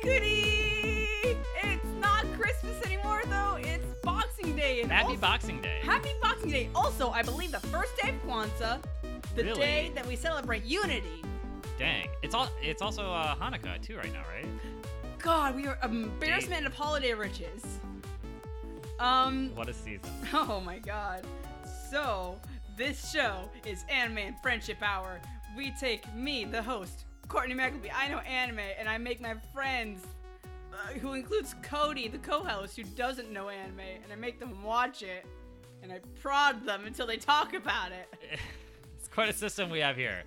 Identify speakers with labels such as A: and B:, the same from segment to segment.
A: goody! It's not Christmas anymore, though. It's Boxing Day. And
B: Happy
A: also-
B: Boxing Day.
A: Happy Boxing Day. Also, I believe the first day of Kwanzaa, the
B: Really?
A: day that we celebrate unity.
B: Dang. It's all. It's also uh, Hanukkah too right now, right?
A: God, we are embarrassment of holiday riches. Um.
B: What a season.
A: Oh my God. So this show is Anime and Friendship Hour. We take me, the host, Courtney McAlby. I know anime, and I make my friends, uh, who includes Cody, the co-host, who doesn't know anime, and I make them watch it, and I prod them until they talk about it.
B: It's quite a system we have here.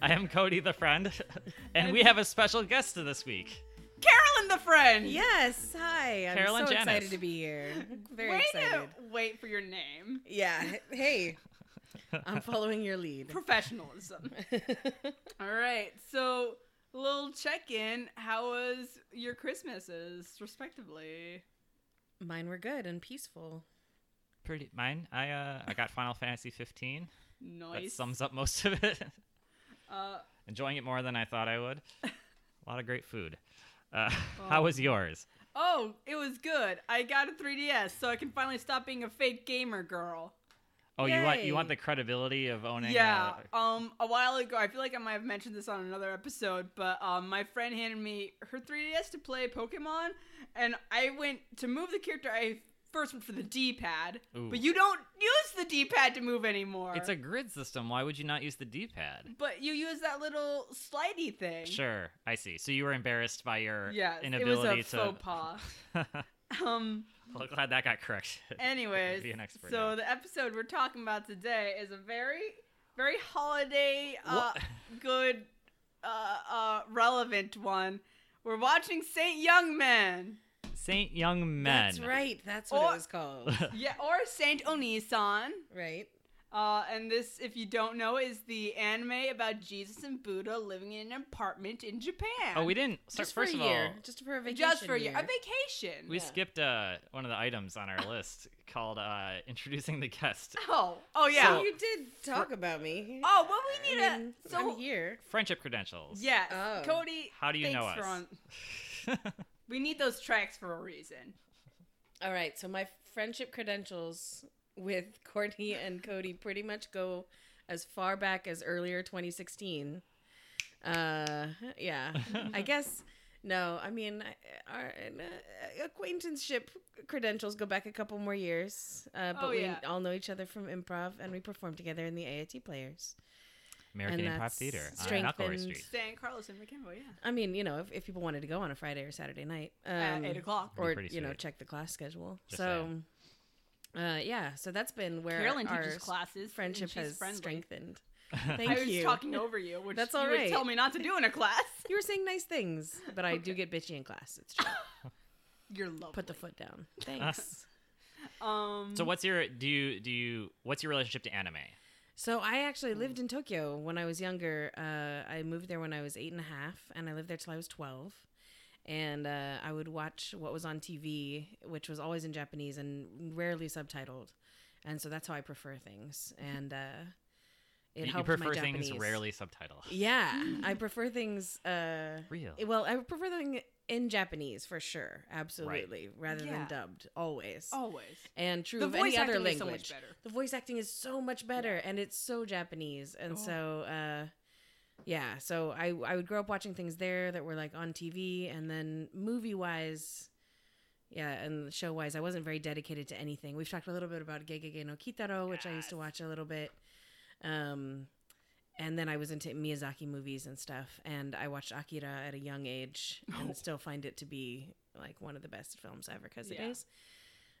B: I am Cody the friend, and we have a special guest this week.
A: Carolyn, the friend.
C: Yes, hi. I'm
B: Carolyn
C: so
B: Janis.
C: excited to be here. Very
A: Way
C: excited.
A: to wait for your name.
C: Yeah. Hey, I'm following your lead.
A: Professionalism. All right. So, little check in. How was your Christmases, respectively?
C: Mine were good and peaceful.
B: Pretty mine. I uh, I got Final Fantasy 15. That
A: Nice.
B: sums up most of it.
A: uh,
B: Enjoying it more than I thought I would. A lot of great food. Uh, How was yours?
A: oh, it was good. I got a 3DS, so I can finally stop being a fake gamer girl.
B: Oh, you want you
C: Yay.
B: want the credibility of owning?
A: Yeah.
B: uh,
A: Um, a while ago, I feel like I might have mentioned this on another episode, but um, my friend handed me her 3DS to play Pokemon, and I went to move the character. I first went for the D-pad,
B: Ooh.
A: but you don't use the D-pad to move anymore.
B: It's a grid system. Why would you not use the D-pad?
A: but you use that little slidey thing.
B: Sure, I see. So you were embarrassed by your
A: Yes,
B: inability
A: it was a
B: to.
A: faux pas. um.
B: well, glad that got corrected.
A: Anyways,
B: Be an expert
A: so
B: now.
A: the episode we're talking about today is a very, very holiday, uh,
B: What-
A: good, uh, uh, relevant one. We're watching Saint Young Man,
B: Saint Young Men.
C: That's right. That's what
A: Or-
C: it was called.
A: yeah, or Saint Onisan.
C: right?
A: Uh, and this, if you don't know, is the anime about Jesus and Buddha living in an apartment in Japan.
B: Oh, we didn't. So
C: Just
B: first
C: for a
B: of
C: year.
B: all,
C: Just for a vacation.
A: just for a year, a vacation.
B: we
C: Yeah.
B: skipped uh, one of the items on our list called uh, introducing the guest.
A: oh, oh yeah.
C: So you did talk about me.
A: oh, well, we need
C: I mean,
A: a so
C: I'm here.
B: Friendship credentials.
A: Yes,
C: Oh.
A: Cody.
B: How do you know
A: thanks for
B: us?
A: on- we need those tracks for a reason.
C: All right. So my friendship credentials with Courtney and Cody pretty much go as far back as earlier 2016. Uh, yeah. I guess no. I mean, I- our uh, acquaintanceship credentials go back a couple more years, uh, but
A: Oh, yeah.
C: we all know each other from improv, and we perform together in the AIT players.
B: American
C: And
B: Improv
C: that's
B: Theater on Knuckleworth
C: strengthened-
B: Street.
A: Stan Carlos and McKimbo, yeah.
C: I mean, you know, if, if people wanted to go on a Friday or Saturday night, um,
A: At eight o'clock.
B: That'd be
C: or
B: pretty
C: you know,
B: sweet.
C: check the class schedule.
B: Just
C: so, uh, yeah. So that's been where
A: Carolyn
C: our
A: teaches classes. and
C: friendship
A: she's
C: has
A: friendly.
C: strengthened.
A: I
C: Thank
A: was
C: you.
A: talking over you, which
C: That's
A: you
C: all
A: would
C: right.
A: tell me not to do in a class.
C: You were saying nice things, but I do get bitchy in class. It's true.
A: You're lovely.
C: Put the foot down. Thanks.
A: Um,
B: So what's your do you do you what's your relationship to anime?
C: so I actually
A: Hmm.
C: lived in Tokyo when I was younger. Uh, I moved there when I was eight and a half, and I lived there till I was twelve. And uh, I would watch what was on TV, which was always in Japanese and rarely subtitled. And so that's how I prefer things.
A: Mm-hmm.
C: And uh, it
B: You- you
C: helped
B: prefer
C: my
B: things
C: Japanese.
B: rarely subtitled.
C: Yeah, I prefer things. Uh,
B: Real.
C: Eh, Well, I would prefer them in Japanese for sure, absolutely, rather
A: Yeah.
C: than dubbed always.
A: always.
C: And true
A: The
C: of
A: voice
C: any other
A: acting
C: language.
A: is so much better.
C: The voice acting is so much better, and it's so Japanese, and
A: Oh.
C: so uh, yeah. So I I would grow up watching things there that were like on TV, and then movie wise. Yeah, and show wise, I wasn't very dedicated to anything. We've talked a little bit about Gegege no Kitaro, which I used to
A: Yes.
C: watch a little bit. Um, and then I was into Miyazaki movies and stuff, and I watched Akira at a young age, and still find it to be like one of the best films ever because
A: Yeah.
C: it is.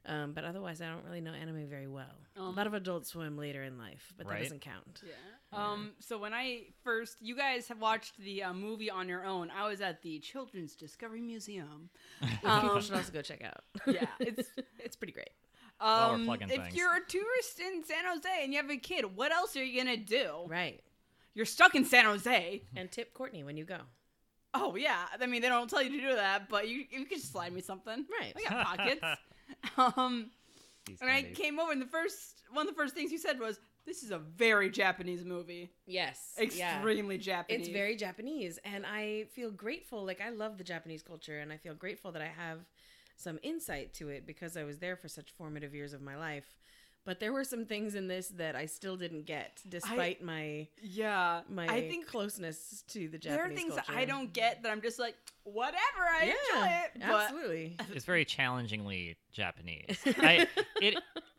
C: Um, but otherwise, I don't really know anime very well. a
A: Um,
C: lot of Adult Swim later in life, but
B: Right.
C: that doesn't count.
A: Yeah. Um, so when I first, you guys have watched the uh, movie on your own. I was at the Children's Discovery Museum.
C: Which
A: Um,
C: people should also go check out.
A: yeah, it's
C: it's pretty great.
B: While we're
A: um, if
B: plugging things.
A: you're a tourist in San Jose and you have a kid, what else are you gonna do?
C: Right.
A: You're stuck in San Jose.
C: And tip Courtney when you go.
A: Oh yeah, I mean they don't tell you to do that, but you you could just slide me something.
C: Right.
A: I got pockets. um,
B: These
A: and I
B: candies.
A: came over, and the first one of the first things you said was This is a very Japanese movie.
C: Yes. yeah.
A: Extremely Japanese.
C: It's very Japanese, and I feel grateful. Like I love the Japanese culture, and I feel grateful that I have some insight to it because I was there for such formative years of my life. But there were some things in this that I still didn't get, despite my
A: Yeah.
C: my
A: I think
C: closeness to the Japanese
A: there are things that
C: culture.
A: I don't get that I'm just like, whatever, I enjoy
C: yeah,
A: it. But
C: absolutely.
B: It's very challengingly Japanese. I, it,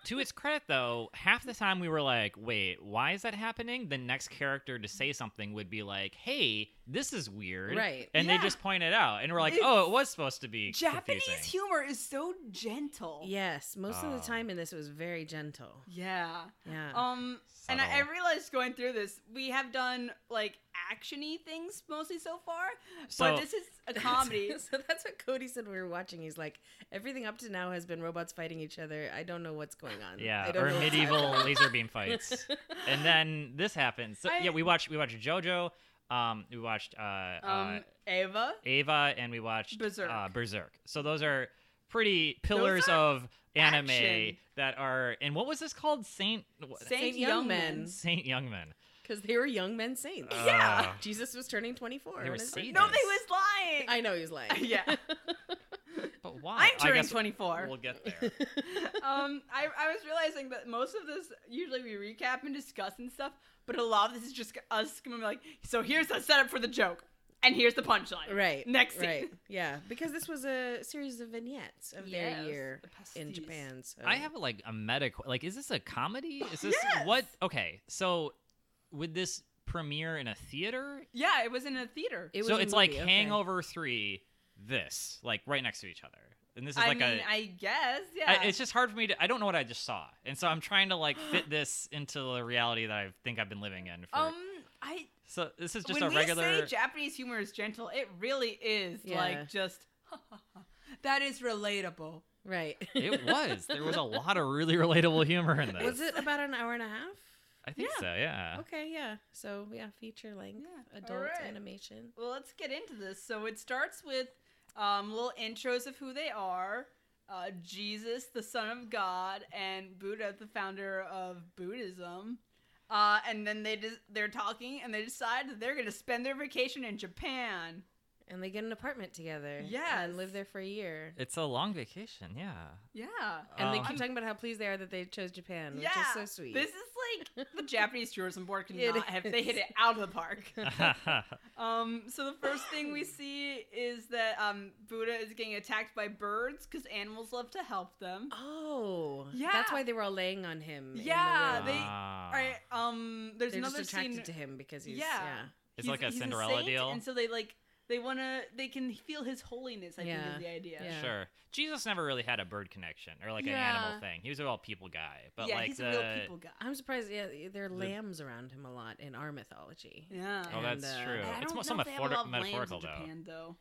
B: to its credit, though, half the time we were like, "Wait, why is that happening?" The next character to say something would be like, "Hey, this is weird,"
C: Right.
B: And
A: Yeah.
B: they just point it out, and we're like,
A: It's-
B: "Oh, it was supposed to be
A: Japanese
B: confusing."
A: humor is so gentle.
C: Yes, most of
B: Oh.
C: the time in this it was very gentle.
A: Yeah.
C: Yeah.
A: Um, and I, I
B: Subtle.
A: realized going through this, we have done like actiony things mostly so far,
B: So-
A: but this is a comedy.
C: so that's what Cody said when we were watching. He's like, everything up to now has been robots fighting each other. I don't know what's going on. I
B: Yeah,
C: don't
B: or
C: know what's
B: medieval laser beam fights, and then this happens. So,
A: I-
B: yeah, we watched we watched JoJo, um, we watched uh, uh,
A: um, Ava.
B: Ava, and we watched
A: Berserk.
B: Uh, Berserk. So those are pretty pillars
A: are
B: of anime
A: action.
B: that are. And what was this called? Saint what-
A: Saint,
C: Saint
A: Young,
C: Young
A: Men.
C: Men.
B: Saint Youngman.
C: Because they were young men saints.
A: Yeah.
B: Oh.
C: Jesus was turning 24.
B: They were
C: on his
B: saints.
A: No,
C: birthday.
A: they was lying.
C: I know he was lying.
A: yeah,
B: but why?
A: I'm turning
B: guess
A: 24.
B: We'll get there.
A: um, I, I was realizing that most of this usually we recap and discuss and stuff, but a lot of this is just us going like, so here's the setup for the joke, and here's the punchline.
C: right.
A: Next scene.
C: Right. Yeah. Because this was a series of vignettes of
A: Yes,
C: their year
A: the
C: in
A: pasties.
C: Japan. So.
B: I have like a meta. qu- Like, is this a comedy? Is this
A: Yes!
B: what? Okay, so would this premiere in a theater?
A: Yeah, it was in a theater.
C: It was
B: so
C: a
B: it's like
C: movie, okay.
B: Hangover Three. This like right next to each other, and this is
A: I
B: like
A: mean,
B: a.
A: I guess. Yeah.
B: I, it's just hard for me to. I don't know what I just saw, and so I'm trying to like fit this into the reality that I think I've been living in. For,
A: um, I
B: so this is just
A: when
B: a
A: we say
B: regular.
A: Japanese humor is gentle, it really is
C: Yeah.
A: like just that is relatable.
C: Right.
B: it was. There was a lot of really relatable humor in this.
C: was it about an hour and a half?
B: I think
A: Yeah.
B: so. Yeah.
C: Okay. Yeah. So yeah, feature length
A: Yeah.
C: adult
A: Alright.
C: animation.
A: Well, let's get into this. So it starts with um, little intros of who they are. Uh, Jesus, the son of God, and Buddha, the founder of Buddhism. Uh, and then they des- they're talking and they decide that they're going to spend their vacation in Japan.
C: And they get an apartment together.
A: Yes.
C: And live there for a year.
B: It's a long vacation. Yeah.
A: Yeah.
C: And they
B: Um,
C: keep talking about how pleased they are that they chose Japan, which
A: yeah.
C: is so sweet.
A: This is like the Japanese tourism board
C: It
A: cannot have they hit
C: is.
A: it out of the park. Um, so the first thing we see is that um, Buddha is getting attacked by birds because animals love to help them.
B: Ah.
C: Oh,
A: Yeah.
C: That's why they were all laying on him. in the
A: Yeah,
C: room.
A: they-
B: Ah.
A: All right. Um, there's
C: they're
A: another
C: just attracted
A: scene.
C: to him because he's
A: Yeah.
C: yeah.
A: he's-
B: It's like a
A: he's
B: Cinderella
A: saint,
B: deal.
A: and so they like they wanna they can feel his holiness. I think
C: Yeah.
A: is the idea.
C: Yeah.
B: Sure. Jesus never really had a bird connection or like an
A: Yeah.
B: animal thing. He was a all people guy. But
A: yeah,
B: like
A: he's
B: the
A: a real people guy.
C: I'm surprised. Yeah, there are lambs around him a lot in our mythology.
A: Yeah.
B: Oh, that's
C: And, uh,
B: true.
A: And I
B: It's
A: don't
B: more
A: know
B: some
A: if they have a lot of lambs in
B: metaphorical though.
A: Japan, though.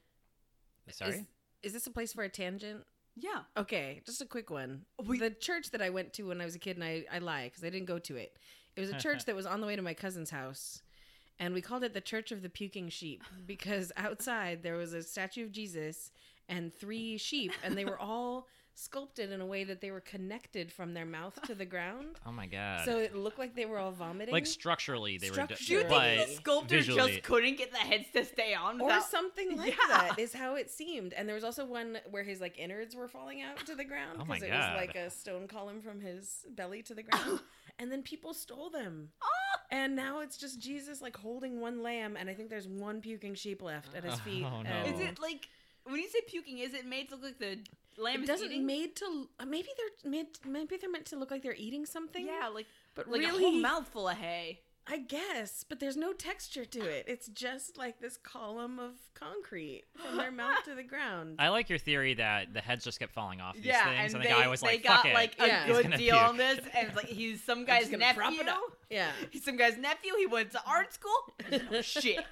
B: Sorry.
C: Is, is this a place for a tangent?
A: Yeah.
C: Okay, just a quick one.
A: We-
C: the church that I went to when I was a kid, and I, I lie because I didn't go to it. It was a church that was on the way to my cousin's house, and we called it the Church of the Puking Sheep because outside there was a statue of Jesus and three sheep, and they were all sculpted in a way that they were connected from their mouth to the ground.
B: Oh my god.
C: So it looked like they were all vomiting.
B: like structurally they were.
C: Structure-
A: Do you
B: Di-
A: think
B: but
A: the sculptor
B: visually-
A: just couldn't get the heads to stay on?
C: or
A: without-
C: something like
A: Yeah.
C: that is how it seemed and there was also one where his like innards were falling out to the ground
B: Oh my
C: because it
B: God.
C: was like a stone column from his belly to the ground and then people stole them
A: Ah!
C: and now it's just jesus like holding one lamb and i think there's one puking sheep left at his feet
B: Oh, no.
C: and-
A: Is it like when you say puking? Is it made to look like the lamb
C: it
A: is
C: doesn't
A: eating?
C: made to uh, maybe they're made maybe they're meant to look like they're eating something
A: yeah, like
C: but
A: like
C: really
A: a whole mouthful of hay.
C: i guess but there's no texture to it it's just like this column of concrete from their mouth to the ground
B: I like your theory that the heads just kept falling off these
A: yeah,
B: things,
A: and
B: the
A: they,
B: guy was
A: they
B: like,
A: got
B: "Fuck
A: like
B: it."
A: a
C: Yeah. He's
A: good
B: gonna
A: deal on
B: puke.
A: this, and like he's some
C: I'm
A: guy's
C: just gonna prop
A: nephew.
C: it up. yeah
A: He's some guy's nephew. He went to art school. Oh, shit.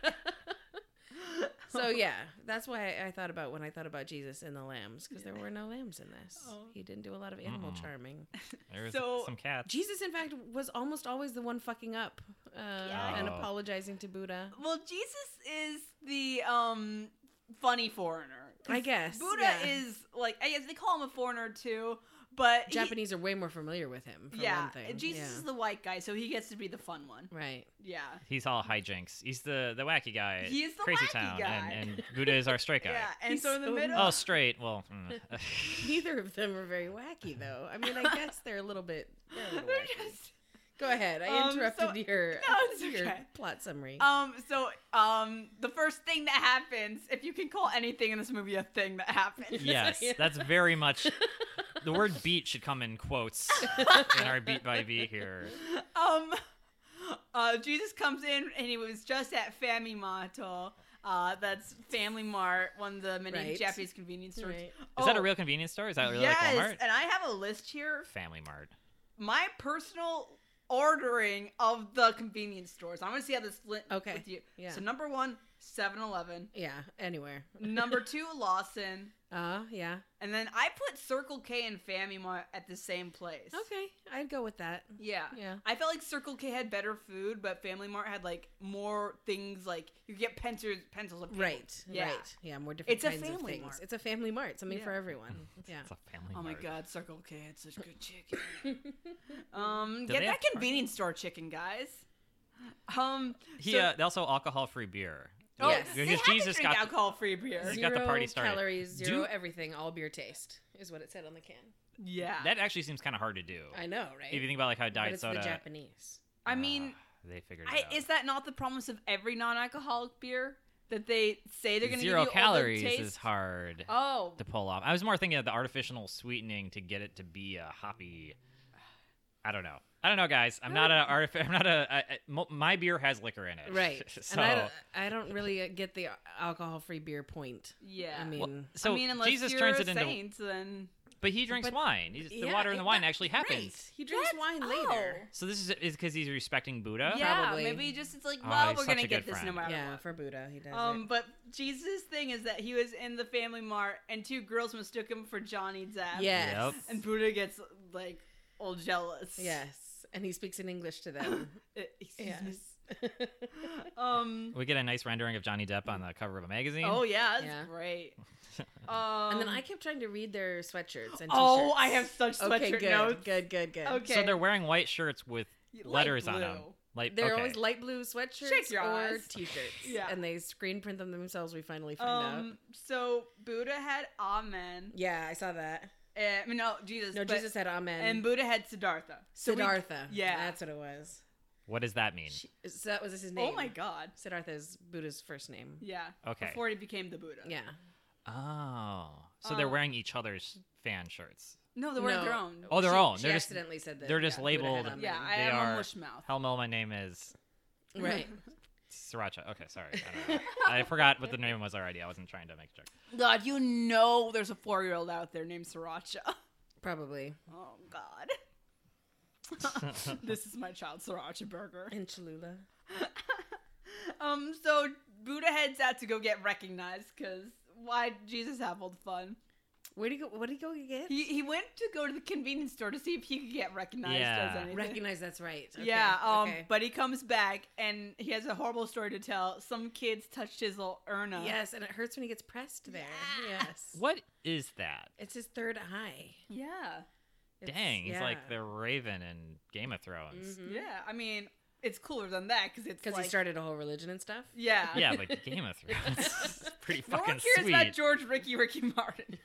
C: So yeah, that's why I, I thought about when I thought about Jesus and the lambs because there were no lambs in this.
A: Oh.
C: He didn't do a lot of animal
B: Mm-mm.
C: charming.
B: There was
A: So-
B: some cats.
C: Jesus, in fact, was almost always the one fucking up uh,
A: Yeah.
C: and
B: Oh.
C: apologizing to Buddha.
A: Well, Jesus is the um funny foreigner.
C: I guess
A: Buddha
C: yeah.
A: is like I guess they call him a foreigner too, But he-
C: Japanese are way more familiar with him. For
A: yeah,
C: one thing.
A: Jesus
C: Yeah.
A: is the white guy, so he gets to be the fun one.
C: right.
A: Yeah.
B: He's all hijinks. He's the the wacky guy. at
A: He's the
B: crazy
A: wacky
B: town,
A: guy.
B: And, and Buddha is our straight guy.
A: Yeah, and
C: He's
A: so in the
C: so
A: middle.
B: Oh, straight. Well, mm.
C: Neither of them are very wacky, though. I mean, I guess they're a little bit. They're
B: Oh,
C: a little
A: They're
C: wacky.
A: just-
C: Go ahead. I
A: Um,
C: interrupted
A: so-
C: your,
A: No, it's
C: your
A: okay.
C: plot summary.
A: Um, so um, the first thing that happens, if you can call anything in this movie a thing that happens,
B: yes,
C: Yeah.
B: that's very much. The word "beat" should come in quotes in our beat by beat here.
A: um, uh, Jesus comes in and he was just at Famimato. Uh, that's Family Mart, one of the many
C: Right.
A: Japanese convenience stores.
C: Right.
B: Is that a
A: Oh,
B: real convenience store? Is that really
A: yes, uh,
B: like Walmart?
A: and I have a list here.
B: Family Mart.
A: My personal ordering of the convenience stores. I'm gonna see how this split
C: Okay,
A: with you.
C: yeah.
A: So number one, 7-Eleven.
C: Yeah. Anywhere.
A: number two, Lawson.
C: Uh, yeah.
A: And then I put Circle K and Famima at the same place.
C: Okay. I'd go with that.
A: Yeah.
C: Yeah.
A: I felt like Circle K had better food, but Family Mart had like more things like you get pencils, pencils of paint.
C: Right.
A: Yeah.
C: Right. Yeah. More different
A: It's a
C: kinds of
A: family
C: things.
A: mart.
C: It's a family mart. Something for
A: Yeah.
C: everyone. Yeah. Mhm.
B: It's a Family
A: Oh my
B: Mart.
A: god, Circle K had such good chicken. um,
B: Do
A: get
B: they
A: that
B: have Target?
A: convenience store chicken, guys. Um, so-
B: Yeah, also alcohol-free beer.
A: oh,
C: Yes.
A: they
B: uh, because
A: had
B: Jesus
A: to
B: got
A: drink alcohol-free beer.
B: He's got the party started.
C: calories,
B: Do-
C: zero everything, all beer taste is what it said on the can.
A: Yeah,
B: that actually seems kind of hard to do.
C: I know, right?
B: if you think about like how
C: but
B: diet
C: it's
B: soda.
C: the Japanese.
A: I mean,
B: Ah, they figured
A: I,
B: it out.
A: is that not the promise of every non-alcoholic beer that they say they're going to give you
B: Zero
A: all the
B: calories
A: taste?
B: is hard
A: Oh,
B: to pull off. I was more thinking of the artificial sweetening to get it to be a hoppy. I don't know. I don't know, guys. I'm not
A: Uh.
B: an artif. I'm not a. I, I- mo- my beer has liquor in it,
C: Right.
B: so.
C: And I don't, I don't really uh, get the alcohol free beer point.
A: yeah.
C: I mean,
B: Well, so
A: I mean, unless
B: Jesus
A: you're
B: turns
A: a
B: it into,
A: saint, then
B: but he drinks
C: But-
B: wine. He's, the
C: Yeah,
B: water in the
C: it-
B: wine
C: that-
B: actually happens.
C: Right. He drinks
A: That's-
C: wine later.
B: So this is is because he's respecting Buddha.
A: yeah,
C: Probably.
A: maybe just it's like,
B: Oh,
A: well,
B: he's
A: we're
B: such
A: gonna
B: a
A: get
B: good
A: this no
B: friend.
A: matter
C: Yeah,
A: what.
C: for Buddha, he does
A: Um,
C: it.
A: but Jesus' thing is that he was in the family mart, and two girls mistook him for Johnny Depp.
C: Yes.
B: Yep.
A: and Buddha gets like all jealous.
C: Yes. And he speaks in English to them.
A: Uh, excuse
C: yes.
A: me. Um.
B: We get a nice rendering of Johnny Depp on the cover of a magazine.
A: Oh yeah, that's
C: Yeah.
A: great. Um,
C: and then I kept trying to read their sweatshirts and t-shirts.
A: Oh, I have such sweatshirt
C: okay, good,
A: notes.
C: good, good, good.
A: Okay.
B: So they're wearing white shirts with
A: Light
B: letters on
A: blue.
B: them. Like
C: They're
B: okay.
C: always light blue sweatshirts
A: Shake your
C: or
A: ass.
C: t-shirts.
A: Yeah.
C: And they screen print them themselves, we finally find out.
A: Um. So Buddha had Amen.
C: Yeah, I saw that.
A: Uh, I mean, no, Jesus.
C: No,
A: but-
C: Jesus said amen.
A: And Buddha had Siddhartha. So we-
C: Siddhartha.
A: yeah.
C: That's what it was.
B: What does that mean?
C: She, so that was his name.
A: oh my God.
C: Siddhartha is Buddha's first name.
A: Yeah.
B: Okay.
A: Before he became the Buddha.
C: Yeah.
B: Oh, so they're
A: Um,
B: wearing each other's fan shirts.
A: No, they were
C: No.
A: their own.
B: Oh, they're
C: She-
B: all.
C: She
B: They're just
C: accidentally said that.
B: they're just
C: Buddha had
B: labeled-
C: amen.
A: Yeah, I
B: They
A: am
B: are-
A: a mush mouth.
B: Helmo, my name is
C: Right.
B: Sriracha. Okay, sorry, I, don't know. I forgot what the name was already. I wasn't trying to make a joke.
A: God, you know there's a four year old out there named Sriracha.
C: Probably.
A: Oh, God. this is my child Sriracha burger.
C: In Cholula.
A: Um, so Buddha heads out to go get recognized because why Jesus have all the fun?
C: Where do you go? What do you go get?
A: He, he went to go to the convenience store to see if he could get recognized as
B: Yeah.
A: anything.
C: Recognize that's right. Okay,
A: yeah, um,
C: okay.
A: but he comes back and he has a horrible story to tell. Some kids touched his little urna.
C: yes, and it hurts when he gets pressed there.
A: Yeah.
C: Yes.
B: What is that?
C: It's his third eye.
A: yeah,
C: It's-
B: Dang, he's like
C: yeah.
B: the Raven in Game of Thrones.
C: Mhm.
A: yeah. I mean, it's cooler than that because it's
C: Because
A: like,
C: he started a whole religion and stuff.
A: Yeah,
B: Yeah, but Game of Thrones is pretty
A: Mm-hmm. No one
B: fucking
A: cares
B: sweet.
A: about George Ricky Ricky Martin.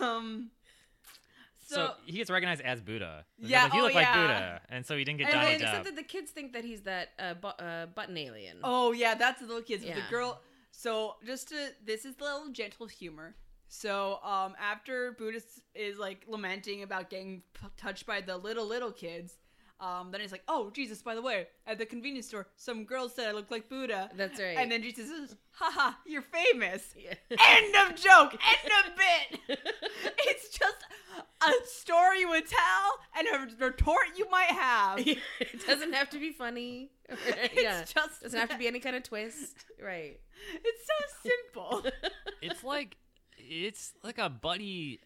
A: um,
B: so,
A: so,
B: he gets recognized as Buddha. They're
A: Yeah,
B: like, you
A: oh,
B: look like
A: yeah.
B: Buddha, and so he didn't get
A: And
B: Johnny
A: then-
C: Except
B: Depp.
C: that the kids think that he's that uh, bu- uh, button alien.
A: oh yeah, that's the little kids. But
C: Yeah.
A: the girl. So just to this is the little gentle humor. So um, after Buddhist is like lamenting about getting p- touched by the little little kids. Um, then he's like, "Oh Jesus! By the way, at the convenience store, some girl said I look like Buddha."
C: That's right.
A: And then Jesus says, "Haha, you're famous."
C: Yeah.
A: End of joke. End of bit. It's just a story you would tell and a retort you might have.
C: it doesn't have to be funny.
A: It's
C: yeah.
A: just
C: doesn't have to be any kind of twist. Right.
A: It's so simple.
B: it's like it's like a buddy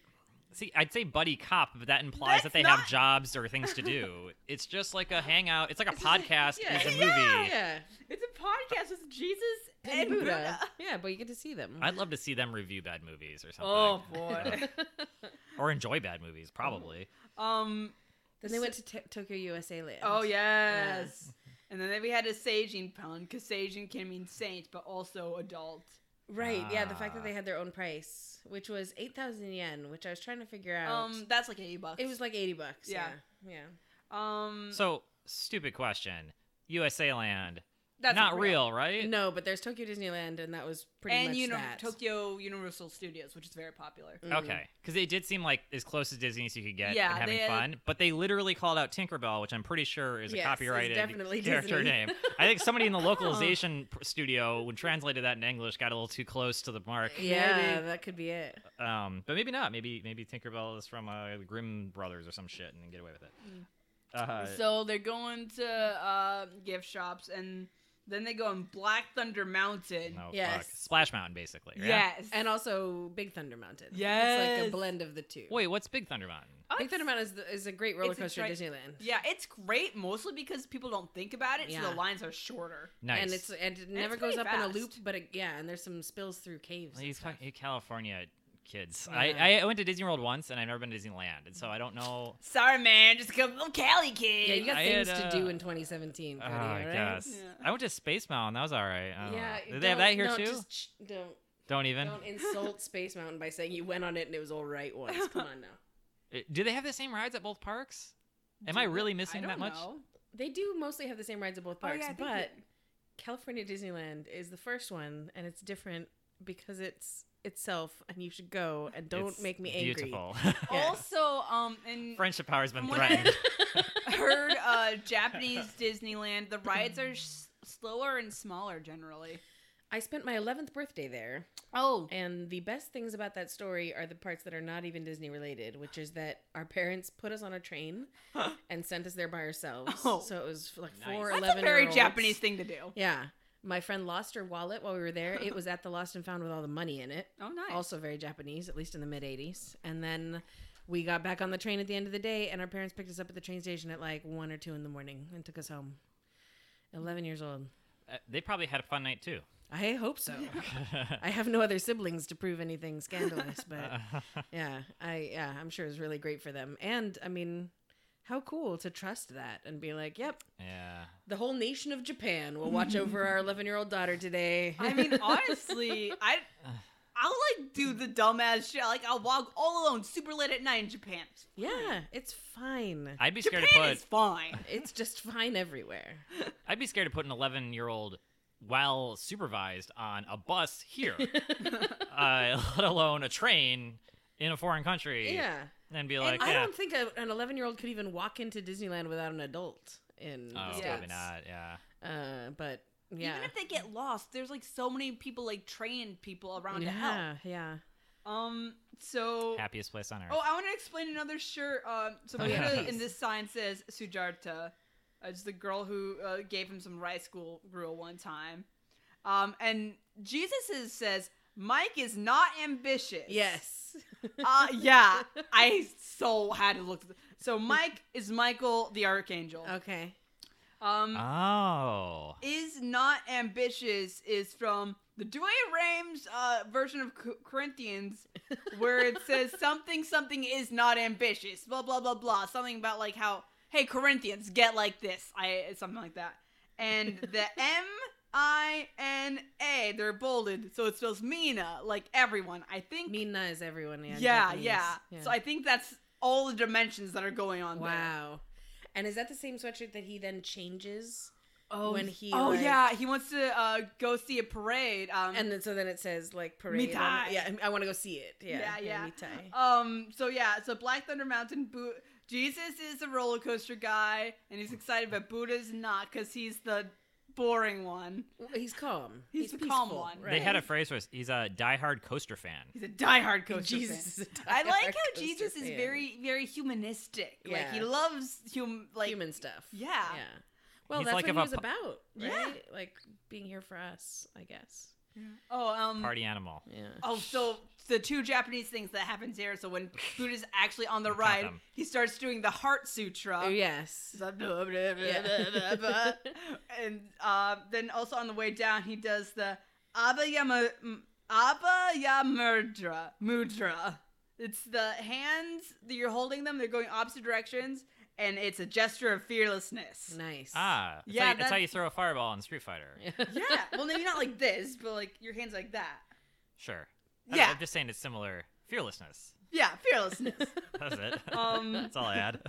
B: see i'd say buddy cop but that implies that
A: That's
B: they
A: not-
B: have jobs or things to do it's just like a hangout it's like a
C: It's just-
B: podcast
C: yeah.
B: it's a movie
C: Yeah.
A: it's a podcast with Jesus and,
C: And
A: Buddha.
C: Buddha. Yeah, but you get to see them.
B: I'd love to see them review bad movies or something.
A: Oh boy.
B: or enjoy bad movies, probably.
A: um.
C: then they went to t- Tokyo, USA land.
A: Oh yes. And then we had a Seijin pun because Seijin can mean saint, but also adult.
C: Right, yeah, the fact
B: Ah.
C: that they had their own price, which was 8,000 yen, which I was trying to figure out.
A: Um, that's like eighty bucks.
C: it was like 80 bucks. Yeah.
A: Yeah.
C: Yeah.
A: um,
B: So, stupid question. USA Land.
A: that's
B: not real, right?
C: No, but there's Tokyo Disneyland and that was pretty
A: and
C: much
A: Uni-
C: that.
A: Tokyo Universal Studios, which is very popular.
C: Mm.
B: Okay, because it did seem like as close as Disney as you could get
A: Yeah,
B: and having
A: they-
B: fun, but they literally called out Tinkerbell, which I'm pretty sure is a
C: Yes, it's
B: copyrighted
C: definitely
B: character
C: Disney.
B: name. I think somebody in the localization pr- studio, when translated that in English, got a little too close to the mark.
C: Yeah,
A: Maybe.
C: that could be it.
B: Um, but maybe not. Maybe maybe Tinkerbell is from uh, the Grimm Brothers or some shit, and then get away with it.
C: Mm.
B: Uh,
A: so they're going to uh, gift shops, and then they go on Black Thunder Mountain.
B: no, fuck.
C: Yes.
B: Splash Mountain, basically. right?
A: Yes,
C: And also Big Thunder Mountain. It's like
A: Yes.
C: a blend of the two.
B: Wait, what's Big Thunder Mountain?
A: Oh,
C: Big
A: it's-
C: Thunder Mountain is, the, is a great roller
A: It's a
C: coaster
A: tri-
C: at Disneyland.
A: Yeah, it's great mostly because people don't think about it, so
C: Yeah.
A: the lines are shorter.
B: Nice.
C: And it's and it never
A: it's
C: goes
A: pretty
C: up in a
A: fast.
C: loop, but it, yeah, and there's some spills through caves.
B: Well,
C: and
B: you
C: stuff.
B: talk, you California kids.
C: Yeah.
B: I, I went to Disney World once, and I've never been to Disneyland, and so I don't know.
A: Sorry, man, just come, I'm Cali kid.
C: yeah, you got
B: I had,
C: things to do
B: uh,
C: in 2017,
B: Oh,
C: Cody.
B: I
C: all right?
B: guess.
A: Yeah.
B: I went to Space Mountain. That was all right. I don't
C: Yeah.
B: know. Did they have that here too?
C: don't
B: don't even.
C: don't insult Space Mountain by saying you went on it and it was all right once. Come on
B: Uh,
C: now.
B: Do they have the same rides at both parks? Am I really missing
A: I
B: that
A: don't
B: much?
A: know.
C: They do mostly have the same rides at both parks,
A: I think
C: but
A: it-
C: California Disneyland is the first one and it's different because it's itself and you should go and don't
B: It's
C: make me angry.
B: Beautiful.
C: Yeah.
A: also um in
B: Friendship power has been
A: From what I-
B: threatened.
A: heard uh Japanese Disneyland, the rides are s slower and smaller generally.
C: I spent my 11th birthday there.
A: Oh,
C: And the best things about that story are the parts that are not even Disney related, which is that our parents put us on a train and sent us there by ourselves.
A: Oh.
C: So it was like
B: Nice.
C: four,
A: that's
C: 11
A: a very Japanese thing to do.
C: Yeah. My friend lost her wallet while we were there. It was at the Lost and Found with all the money in it.
A: Oh, nice.
C: Also very Japanese, at least in the mid 80s. And then we got back on the train at the end of the day, and our parents picked us up at the train station at like 1 or 2 in the morning and took us home. 11 years old.
B: Uh, they probably had a fun night too.
C: I hope so. I have no other siblings to prove anything scandalous, but yeah, I yeah, I'm sure it was really great for them. And I mean, how cool to trust that and be like, "Yep,
B: yeah.
C: the whole nation of Japan will watch over our 11-year-old daughter today."
A: I mean, honestly, I I'll like do the dumbass shit. Like I'll walk all alone, super late at night in Japan.
C: Yeah, it's fine.
B: I'd be scared
A: Japan
B: to put.
A: is fine.
C: It's just fine everywhere.
B: I'd be scared to put an 11 year old well supervised on a bus here, uh, let alone a train in a foreign country.
C: Yeah.
B: And be like,
C: I
B: yeah. Oh,
C: don't think a, an 11-year-old could even walk into Disneyland without an adult in
B: Oh,
C: the
A: Yeah.
B: probably
C: States.
B: not. Yeah.
C: Uh, but yeah.
A: Even if they get lost, there's like so many people like trained people around to help.
C: yeah, yeah.
A: Um, so
B: Happiest place on earth.
A: Oh, I want to explain another shirt. Um, so
B: Oh,
A: Buddha
B: yeah.
A: in this sign says Sujarta. Uh, it's the girl who uh, gave him some rice school gruel one time. Um, and Jesus is, says, Mike is not ambitious.
C: Yes.
A: Uh, yeah. I so had to look. So Mike is Michael the Archangel.
C: Okay.
A: Um,
B: Ah. Oh.
A: is not ambitious is from the Douay Rheims uh, version of Co- Corinthians, where it says something something is not ambitious, blah blah blah blah, something about like how hey Corinthians get like this, I something like that, and the M I N A they're bolded, so it spells Mina like everyone. I think
C: Mina is everyone. Yeah. in
A: yeah,
C: Japanese.
A: yeah So I think that's all the dimensions that are going on. there.
C: wow. And is that the same sweatshirt that he then changes?
A: Oh,
C: When he,
A: oh
C: like-
A: yeah, he wants to uh, go see a parade. Um,
C: And then so then it says like parade. on-
A: Mitai.
C: yeah, I want to go see it. Yeah,
A: Yeah, yeah.
C: mitai.
A: Um. So yeah. So Black Thunder Mountain. Bu- Jesus is a roller coaster guy, and he's excited, but Buddha's not because he's the boring one.
C: Well, he's calm.
A: He's the calm
C: peaceful,
A: one.
B: They had a
C: right?
B: phrase for us. He's a diehard coaster fan.
A: He's a diehard coaster
C: Jesus.
A: fan.
C: is a
A: I like
C: diehard
A: how
C: coaster
A: Jesus is
C: fan.
A: very, very humanistic. Like
C: Yeah.
A: he loves hum, like
C: human stuff.
A: Yeah.
C: Yeah. Well,
B: He's
C: that's
B: like
C: what
B: if
C: he
B: a
C: was
B: pu-
C: about,
A: Yeah.
C: right? Like being here for us, I guess.
A: Oh, um.
B: Party animal.
C: Yeah.
A: Oh, so the two Japanese things that happens here. So when Buddha's actually on the
B: Count
A: ride,
B: them.
A: he starts doing the Heart Sutra.
C: yes.
A: Blah, blah, blah, blah,
C: Yeah.
A: blah, blah, blah. and uh, then also on the way down, he does the Abhayama, Abhayamudra. Mudra. It's the hands that you're holding them, they're going opposite directions, and it's a gesture of fearlessness.
C: Nice.
B: Ah, it's
A: Yeah,
B: like- that's how
A: that's-
B: you throw a fireball in Street Fighter.
A: Yeah. Well, maybe not like this, but like your hands like that.
B: Sure. I-
A: Yeah.
B: I'm just saying it's similar. Fearlessness.
A: Yeah, fearlessness.
B: That's it.
A: Um,
B: that's all I had.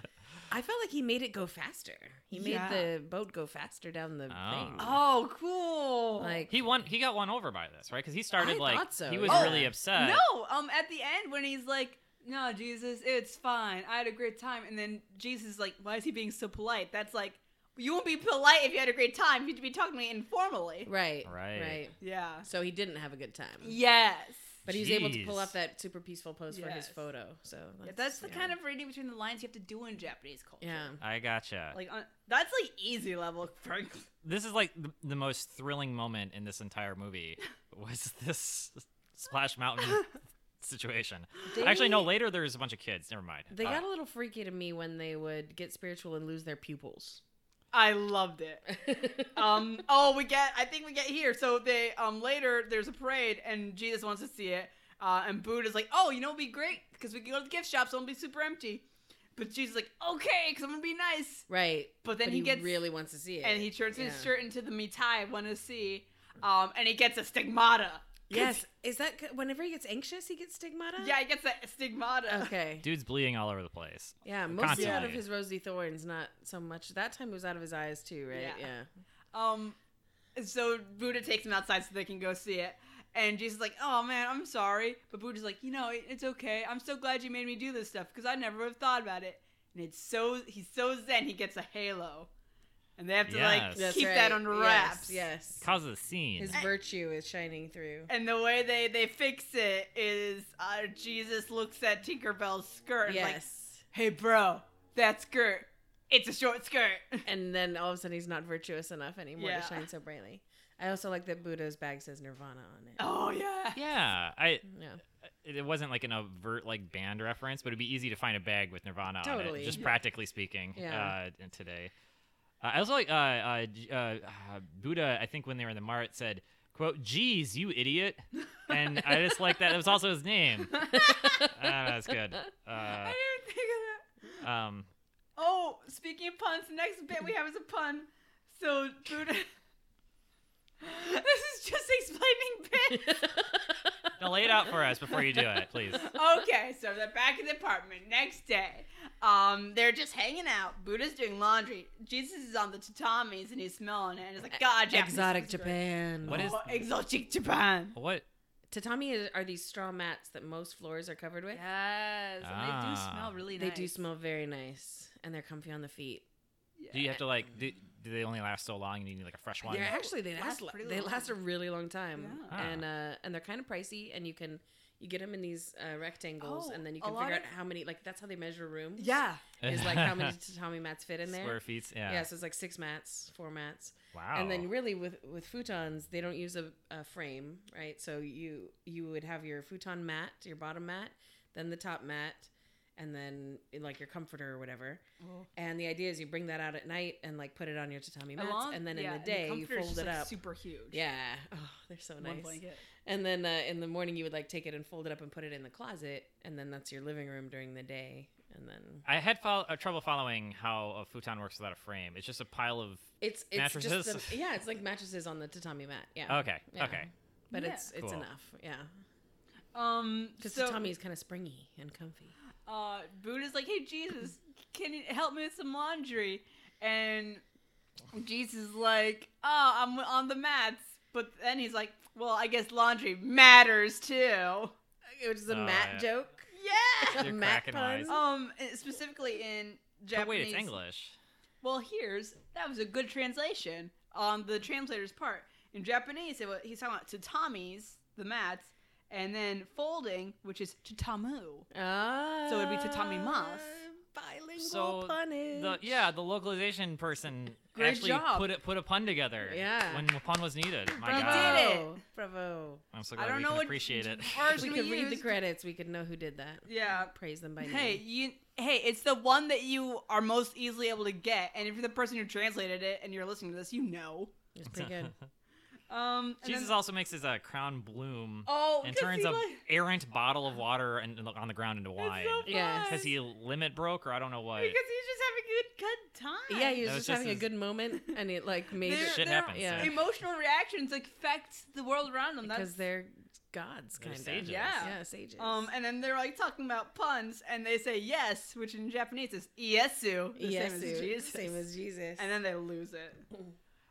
C: I felt like he made it go faster. He made
A: Yeah.
C: the boat go faster down the
B: Oh.
C: thing.
A: oh, cool.
C: Like
B: He won. He got won over by this, right? Because he started
C: I
B: like
C: thought so, Oh,
B: he was
A: yeah.
B: really upset.
A: No, um, at the end when he's like, "No, Jesus, it's fine. I had a great time," and then Jesus is like, "Why is he being so polite?" That's like, you won't be polite if you had a great time. You'd be talking to me informally.
C: right,
B: Right.
C: right, right.
A: Yeah.
C: So he didn't have a good time.
A: Yes.
C: But he was able to pull
B: Jeez.
C: up that super peaceful pose for his
A: Yes.
C: photo. So
A: Yeah, that's the
B: yeah.
A: kind of reading between the lines you have to do in Japanese culture.
C: yeah.
B: I gotcha.
A: Like on, that's like easy level, frankly.
B: this is like th- the most thrilling moment in this entire movie was this Splash Mountain situation.
C: They-
B: Actually, no. Later, there's a bunch of kids. Never mind.
C: They
B: Uh,
C: got a little freaky to me when they would get spiritual and lose their pupils.
A: I loved it. um oh we get i think we get here so they um later there's a parade and jesus wants to see it uh and buddha's like oh you know it'd be great because we can go to the gift shop so it'll be super empty but jesus is like okay because i'm gonna be nice
C: right.
A: but then
C: But
A: he, gets
C: really wants to see it.
A: and he turns his
C: Yeah.
A: shirt into the mitai want to see um and he gets a stigmata 'Cause-
C: Yes. Is that c- whenever he gets anxious, he gets stigmata?
A: yeah he gets that stigmata
C: Okay.
B: dude's bleeding all over the place.
C: Yeah, mostly out of
B: Constantly.
C: his rosy thorns, not so much. That time it was out of his eyes too, right?
A: Yeah.
C: Yeah.
A: Um, so Buddha takes him outside so they can go see it. And Jesus is like, oh man, I'm sorry. But Buddha's like, you know, it- it's okay. I'm so glad you made me do this stuff because I never would have thought about it. And it's so, he's so zen, he gets a halo. And they have to
B: Yes.
A: like
B: That's
A: keep
C: right.
A: that under wraps.
C: Yes. yes.
B: Causes a scene.
C: His virtue is shining through.
A: And the way they, they fix it is uh, Jesus looks at Tinkerbell's skirt and like,
C: Yes.
A: hey bro, that skirt, it's a short skirt.
C: And then all of a sudden he's not virtuous enough anymore
A: Yeah.
C: to shine so brightly. I also like that Buddha's bag says Nirvana on it.
A: oh yeah.
B: yeah, I.
C: Yeah.
B: It wasn't like an overt like band reference, but it'd be easy to find a bag with Nirvana on it.
C: Totally.
B: Just practically speaking,
C: Yeah.
B: uh, in today. Uh, I also like uh, uh, J- uh, uh, Buddha. I think when they were in the mart, said, "quote Geez, you idiot," and I just like that. It was also his name. Ah, that's good.
A: I
B: Uh,
A: didn't think of that.
B: um,
A: Oh, speaking of puns, the next bit we have is a pun. So, Buddha. this is just explaining bit.
B: now lay it out for us before you do it, please.
A: Okay, so they're back in the apartment next day. Um, they're just hanging out. Buddha's doing laundry. Jesus is on the tatamis and he's smelling it and he's like, God, Japanese
C: Exotic
A: food's great."
C: Japan.
B: What is-
A: Oh, exotic Japan?
B: What?
C: tatami? Is, are these straw mats that most floors are covered with?
A: Yes, and they do
B: Ah.
A: smell really
C: They
A: nice.
C: do smell very nice, and they're comfy on the feet.
B: Do you have to like? Do, do they only last so long? And you need like a fresh one.
C: They're actually they
A: Last
C: last, li-
A: pretty
C: they
A: long.
C: last a really long time,
A: Yeah.
B: Ah.
C: and uh, and they're kind of pricey. And you can you get them in these uh, rectangles,
A: Oh,
C: and then you
A: a
C: can
A: lot
C: figure out
A: of-
C: how many. Like that's how they measure rooms.
A: Yeah.
C: is like how many tatami mats fit in there.
B: square feet? Yeah.
C: yeah. so it's like six mats, four mats,
B: Wow.
C: and then really with with futons, they don't use a, a frame, right? So you you would have your futon mat, your bottom mat, then the top mat, and then like your comforter or whatever. And the idea is you bring that out at night and like put it on your tatami mats,
A: Along-
C: and then
A: yeah,
C: in the day you
A: comforter is
C: fold
A: just,
C: it
A: like,
C: up.
A: Super huge.
C: Yeah, oh, they're so
A: One
C: nice.
A: blanket.
C: And then uh, in the morning you would like take it and fold it up and put it in the closet, and then that's your living room during the day. And then
B: I had fol- uh, trouble following how a futon works without a frame. It's just a pile of.
C: it's it's
B: Mattresses?
C: just the, yeah, it's like mattresses on the tatami mat. Yeah.
B: Okay.
C: Yeah.
B: Okay.
C: But
A: Yeah.
C: it's it's
B: Cool.
C: enough. Yeah.
A: Um,
C: Because
A: so-
C: tatami is kind of springy and comfy.
A: uh, Buddha's like, "Hey Jesus, can you help me with some laundry?" And Jesus is like, "Oh, I'm on the mats," but then he's like, "Well, I guess laundry matters too."
C: Which is a
B: Oh,
C: mat
B: yeah.
C: joke.
A: Yeah.
B: You're
C: Mat
B: cracking
C: pun.
B: wise.
A: Um, specifically in
B: But
A: Japanese.
B: Oh, wait, it's English.
A: Well, here's that was a good translation on the translator's part. In Japanese, it was, he's talking about tatamis, the mats, and then folding, which is tatamu.
C: Ah.
A: So it'd be tatami mas.
C: Bilingual
B: So
C: punnage.
B: The yeah, the localization person
A: Great
B: actually
A: job.
B: put it put a pun together.
C: Yeah.
B: When the pun was needed. My
A: You
B: God.
A: did it.
C: Bravo.
B: I'm so
A: I
B: glad
A: don't
B: we
A: know
B: can
A: what
B: appreciate it.
A: version
C: We
A: we
C: could read the
A: used.
C: credits. We could know who did that.
A: Yeah.
C: Praise them by name.
A: Hey, you hey, it's the one that you are most easily able to get. And if you're the person who translated it and you're listening to this, you know.
C: It's pretty good.
A: Um, and
B: Jesus
A: then-
B: also makes his uh, crown bloom
A: oh,
B: and
A: 'cause
B: turns
A: he
B: a
A: like-
B: errant bottle of water and, and on the ground into wine.
A: it's so
C: Yeah.
B: Because
A: fun.
B: he limit broke, or I don't know what.
A: because he's just having a good, good time.
C: Yeah, he was
B: That
C: just,
B: was just
C: having
B: his-
C: a good moment, and it like made
A: They're-
C: it
B: Shit
A: they're-
B: happens.
C: yeah.
B: Yeah.
A: Emotional reactions affect the world around them.
C: because
A: That's
C: they're gods,
B: They're
C: kind of.
B: sages.
A: Yeah.
C: yeah, sages.
A: um, and then they're like talking about puns, and they say yes, which in Japanese is iesu, the
C: yes,
A: same as Jesus.
C: same as Jesus.
A: and then they lose it.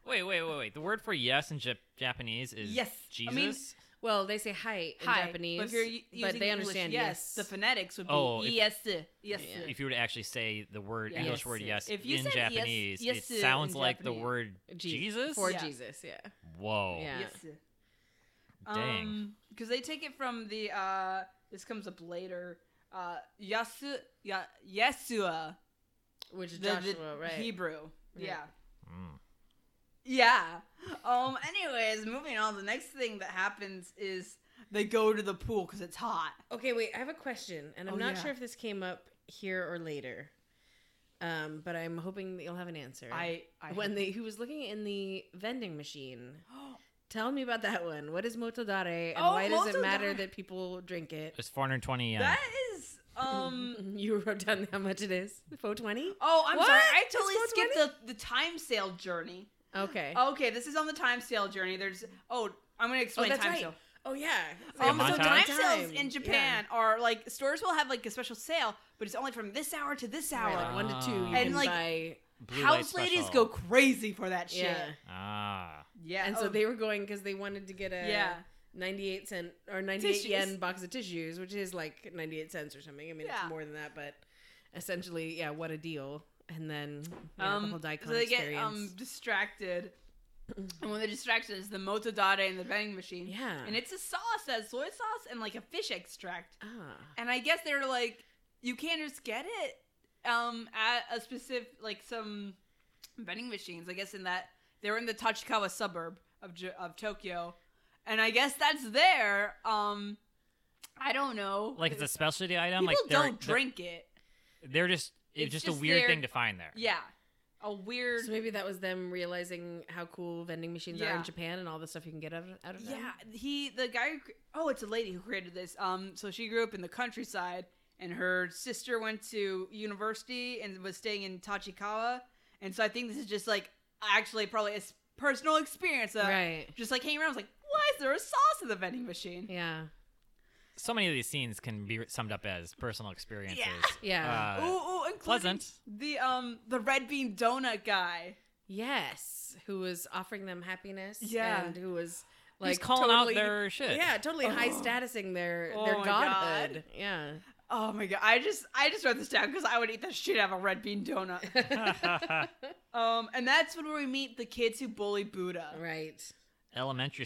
B: Wait, wait, wait, wait. The word for yes in Jap- Japanese is
A: Yes. I
B: Jesus.
A: mean,
C: well, they say hi in
A: Hi,
C: Japanese,
A: but, if you're u-
C: but
A: using
C: they
A: English,
C: understand
A: yes.
C: yes.
A: The phonetics would be
B: Oh, if-
A: iesu, yes.
C: Yeah.
B: if you were to actually say the word
A: Yeah.
B: English word
C: Yes.
B: yes
A: If you
B: in
A: said yes-
B: Japanese,
A: yes to
B: it sounds
A: in
B: like
A: Japanese.
B: the word
C: Je-
B: Jesus.
C: for
A: Yeah.
C: Jesus, yeah.
B: Whoa.
C: Yeah.
A: Yes.
B: Dang.
A: Because they take it from the uh this comes up later. Uh Yasu ya, Yesua.
C: Which is
A: the- the
C: Joshua, right?
A: Hebrew.
C: Right.
A: Yeah.
B: Mm.
A: Yeah. Um anyways, moving on, the next thing that happens is they go to the pool because it's hot.
C: Okay, wait. I have a question, and I'm
A: Oh,
C: not
A: yeah.
C: sure if this came up here or later, um, but I'm hoping that you'll have an answer.
A: I, I
C: when they who was looking in the vending machine.
A: Oh,
C: Tell me about that one. What is motodare, and
A: Oh,
C: why does it
A: motodare.
C: matter that people drink it?
B: It's 420 yen.
A: That is um
C: you wrote down how much it is. Four twenty.
A: Oh, I'm
C: What?
A: sorry. I
C: It's
A: totally skipped
C: 420?
A: the, the time sale journey.
C: Okay.
A: Okay, this is on the time sale journey. There's oh, I'm gonna
C: Oh,
A: explain
C: that's
A: time
C: right.
A: sale.
C: Oh yeah.
B: Like a
A: um, so
B: montage?
A: time
C: Time.
A: sales
C: Yeah.
A: in Japan are like stores will have like a special sale, but it's only from this hour to this hour.
C: Right, like one to two. You
A: And,
B: Ah.
C: can
A: like,
C: buy,
B: Blue light
A: House ladies
B: special.
A: go crazy for that shit.
C: yeah.
A: Yeah,
B: Ah.
C: And so
A: oh,
C: they were going because they wanted to get a
A: yeah,
C: 98 cent or 98
A: Tissues.
C: yen box of tissues, which is like 98 cents or something. I mean,
A: Yeah.
C: it's more than that, but essentially, yeah, what a deal. And then yeah, the whole
A: um,
C: daikon
A: so they
C: experience.
A: get um distracted, and when they're distracted, it's the motodare and the vending machine.
C: yeah.
A: and it's a sauce that's soy sauce and like a fish extract.
C: ah.
A: And I guess they're like, you can't just get it um at a specific like some vending machines. I guess in that they were in the Tachikawa suburb of J- of Tokyo, and I guess that's there. Um, I don't know.
B: Like it's a specialty item.
A: people
B: like they're,
A: don't drink it.
B: They're just
A: It's
B: it's just,
A: just
B: a weird
A: their-
B: thing to find there.
A: Yeah, a weird.
C: So maybe that was them realizing how cool vending machines are
A: Yeah.
C: in Japan and all the stuff you can get out of, out of them.
A: Yeah, he the guy. Who, cr- oh, it's a lady who created this. Um, so she grew up in the countryside, and her sister went to university and was staying in Tachikawa. And so I think this is just like actually probably a s- personal experience. Of
C: Right.
A: Just like hanging around, I was like, why is there a sauce in the vending machine?
C: Yeah.
B: So many of these scenes can be summed up as personal experiences.
C: Yeah.
B: Uh,
A: ooh, ooh, including
B: pleasant.
A: The um the red bean donut guy.
C: Yes. Who was offering them happiness.
A: Yeah.
C: And who was
B: He's
C: like
B: calling
C: totally,
B: out their shit.
C: Yeah, totally high statusing their their
A: Oh my God.
C: godhood. Yeah.
A: Oh my god! I just I just wrote this down because I would eat the shit out of a red bean donut. um, and that's when we meet the kids who bully Buddha.
C: right.
B: Elementary